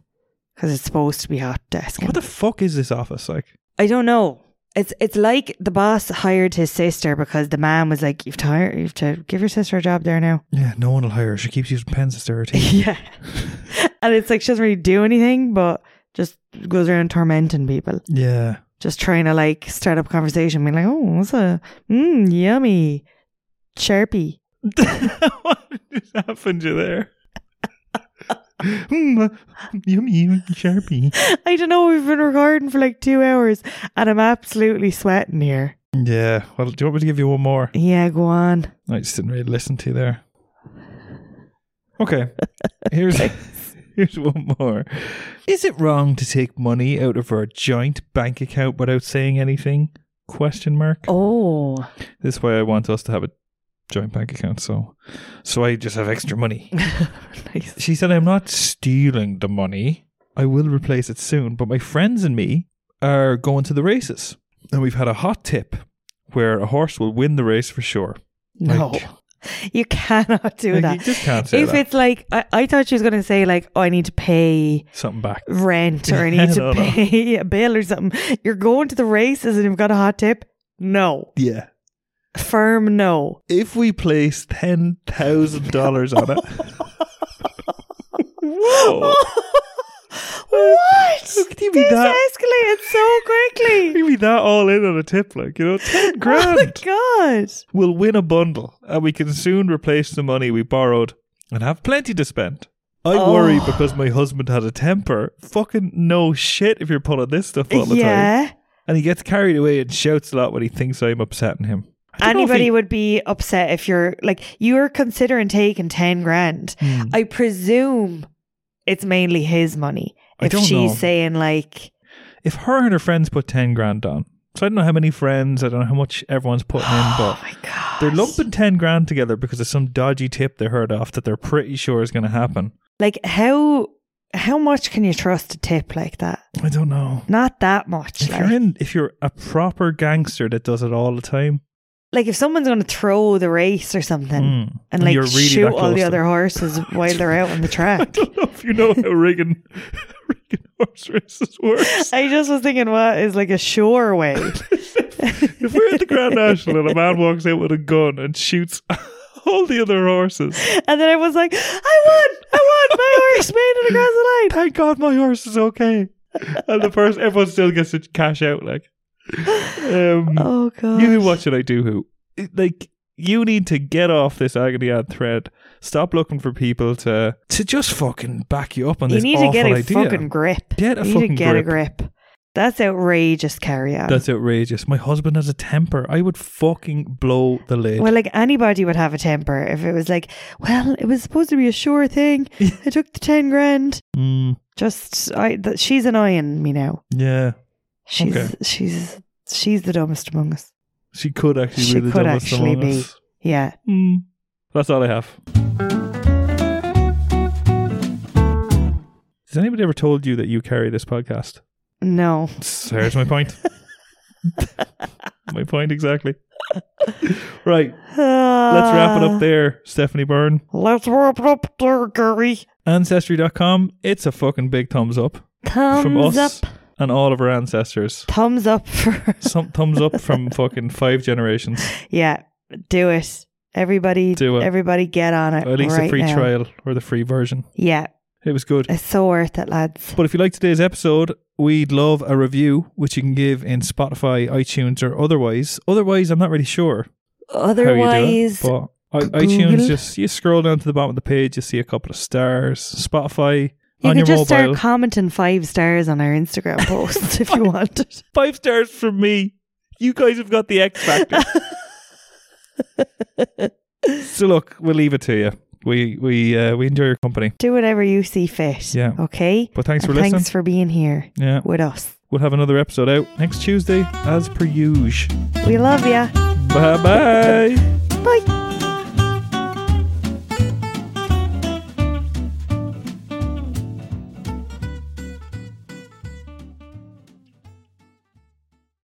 Speaker 1: because it's supposed to be hot desk.
Speaker 2: what the fuck is this office like?
Speaker 1: I don't know. It's it's like the boss hired his sister because the man was like, "You've tired, you've to give your sister a job there now."
Speaker 2: Yeah, no one will hire her. She keeps using pens to stir her tea.
Speaker 1: yeah, and it's like she doesn't really do anything, but just goes around tormenting people.
Speaker 2: yeah.
Speaker 1: just trying to like start up a conversation, being like, "Oh, what's a mmm yummy sharpie?"
Speaker 2: what just happened to you there? mm, yummy, yummy sharpie.
Speaker 1: I don't know. We've been recording for like two hours, and I'm absolutely sweating here.
Speaker 2: Yeah. Well, do you want me to give you one more?
Speaker 1: Yeah, go on.
Speaker 2: I just didn't really listen to you there. Okay. Here's here's one more. Is it wrong to take money out of our joint bank account without saying anything? Question mark.
Speaker 1: Oh,
Speaker 2: This is why I want us to have a joint bank account, so so I just have extra money.
Speaker 1: nice.
Speaker 2: She said, I'm not stealing the money. I will replace it soon, but my friends and me are going to the races. And we've had a hot tip where a horse will win the race for sure.
Speaker 1: No,
Speaker 2: Like-
Speaker 1: you cannot do
Speaker 2: Like,
Speaker 1: that.
Speaker 2: You just can't say
Speaker 1: If
Speaker 2: that.
Speaker 1: it's like, I, I thought she was going to say, like, oh, I need to pay
Speaker 2: Something back.
Speaker 1: rent or I
Speaker 2: Yeah,
Speaker 1: need to
Speaker 2: no, no.
Speaker 1: pay a bill or something. You're going to the races and you've got a hot tip? No.
Speaker 2: Yeah.
Speaker 1: Firm no.
Speaker 2: If we place ten thousand dollars on it, whoa!
Speaker 1: what?
Speaker 2: Look, do you mean
Speaker 1: This
Speaker 2: that?
Speaker 1: escalated so quickly.
Speaker 2: You mean that all in on a tip, like you know, ten grand.
Speaker 1: Oh my god.
Speaker 2: we'll win a bundle, and we can soon replace the money we borrowed and have plenty to spend. I
Speaker 1: Oh.
Speaker 2: worry because my husband had a temper. Fucking no shit if you're pulling this stuff all the time.
Speaker 1: yeah.
Speaker 2: And he gets carried away and shouts a lot when he thinks I'm upsetting him. I don't know if
Speaker 1: Anybody
Speaker 2: he-
Speaker 1: would be upset if you're like you're considering taking ten grand.
Speaker 2: Hmm.
Speaker 1: I presume it's mainly his money.
Speaker 2: I
Speaker 1: If
Speaker 2: don't
Speaker 1: she's
Speaker 2: know.
Speaker 1: saying like
Speaker 2: If her and her friends put 10 grand on, so I don't know how many friends, I don't know how much everyone's putting in,
Speaker 1: Oh
Speaker 2: but
Speaker 1: my god.
Speaker 2: they're lumping 10 grand together because of some dodgy tip they heard off that they're pretty sure is going to happen.
Speaker 1: Like how how much can you trust a tip like that?
Speaker 2: I don't know.
Speaker 1: Not that much.
Speaker 2: If
Speaker 1: like.
Speaker 2: you're in, if you're a proper gangster that does it all the time,
Speaker 1: like if someone's going to throw the race or something
Speaker 2: Mm.
Speaker 1: and
Speaker 2: And
Speaker 1: like
Speaker 2: you're really
Speaker 1: shoot
Speaker 2: that
Speaker 1: all
Speaker 2: close
Speaker 1: the
Speaker 2: to
Speaker 1: other
Speaker 2: them.
Speaker 1: horses while they're out on the track.
Speaker 2: don't know if you know how rigging, rigging horse races works.
Speaker 1: I just was thinking, what is like a sure way?
Speaker 2: If we're at the Grand National and a man walks out with a gun and shoots all the other horses,
Speaker 1: and then I was like, I won! I won! My horse made it across the line.
Speaker 2: thank God my horse is okay. And the person, everyone still gets to cash out. Like, um,
Speaker 1: Oh god!
Speaker 2: you who watch it, I do who. It- Like, you need to get off this agony ad thread. Stop looking for people to to just fucking back you up on
Speaker 1: You
Speaker 2: this
Speaker 1: need
Speaker 2: awful
Speaker 1: to get a
Speaker 2: idea.
Speaker 1: fucking grip.
Speaker 2: Get a
Speaker 1: you need
Speaker 2: fucking
Speaker 1: to get a grip. That's outrageous, carry on.
Speaker 2: That's outrageous. My husband has a temper. I would fucking blow the lid.
Speaker 1: well, like anybody would have a temper if it was like, well, it was supposed to be a sure thing. I took the ten grand.
Speaker 2: Mm,
Speaker 1: Just, I, th- she's annoying me now.
Speaker 2: yeah.
Speaker 1: She's
Speaker 2: Okay.
Speaker 1: she's she's the dumbest among us.
Speaker 2: She could actually
Speaker 1: She
Speaker 2: be the
Speaker 1: could
Speaker 2: dumbest
Speaker 1: actually
Speaker 2: among
Speaker 1: be.
Speaker 2: us.
Speaker 1: Yeah.
Speaker 2: Mm. That's all I have. Has anybody ever told you that you carry this podcast?
Speaker 1: No.
Speaker 2: There's my point. my point exactly. right. Let's wrap it
Speaker 1: Uh,
Speaker 2: up there, Stephanie Byrne.
Speaker 1: Let's wrap it up there, Gary.
Speaker 2: Ancestry.com, it's a fucking big thumbs up
Speaker 1: Thumbs
Speaker 2: from us
Speaker 1: up.
Speaker 2: and all of our ancestors.
Speaker 1: Thumbs up for
Speaker 2: Some thumbs up from fucking five generations.
Speaker 1: Yeah. Do it. Everybody
Speaker 2: Do it.
Speaker 1: everybody get on it.
Speaker 2: Or at least
Speaker 1: right
Speaker 2: the free
Speaker 1: now.
Speaker 2: trial or the free version.
Speaker 1: Yeah.
Speaker 2: It was good.
Speaker 1: It's so worth it, lads.
Speaker 2: But if you like today's episode, we'd love a review, which you can give in Spotify, iTunes, or otherwise. Otherwise, I'm not really sure how you do it.
Speaker 1: Otherwise
Speaker 2: But I-
Speaker 1: Google.
Speaker 2: iTunes, just you scroll down to the bottom of the page, you see a couple of stars. Spotify
Speaker 1: you
Speaker 2: on
Speaker 1: can
Speaker 2: your
Speaker 1: just
Speaker 2: mobile,
Speaker 1: start commenting five stars on our Instagram posts if you wanted.
Speaker 2: five stars from me. You guys have got the X factor. so look, we'll leave it to you. We we uh, we enjoy your company.
Speaker 1: Do whatever you see fit.
Speaker 2: Yeah.
Speaker 1: Okay?
Speaker 2: But thanks
Speaker 1: And
Speaker 2: for listening.
Speaker 1: thanks for being here
Speaker 2: Yeah,
Speaker 1: with us.
Speaker 2: we'll have another episode out next Tuesday, as per usual.
Speaker 1: We love ya.
Speaker 2: Bye bye.
Speaker 1: Bye.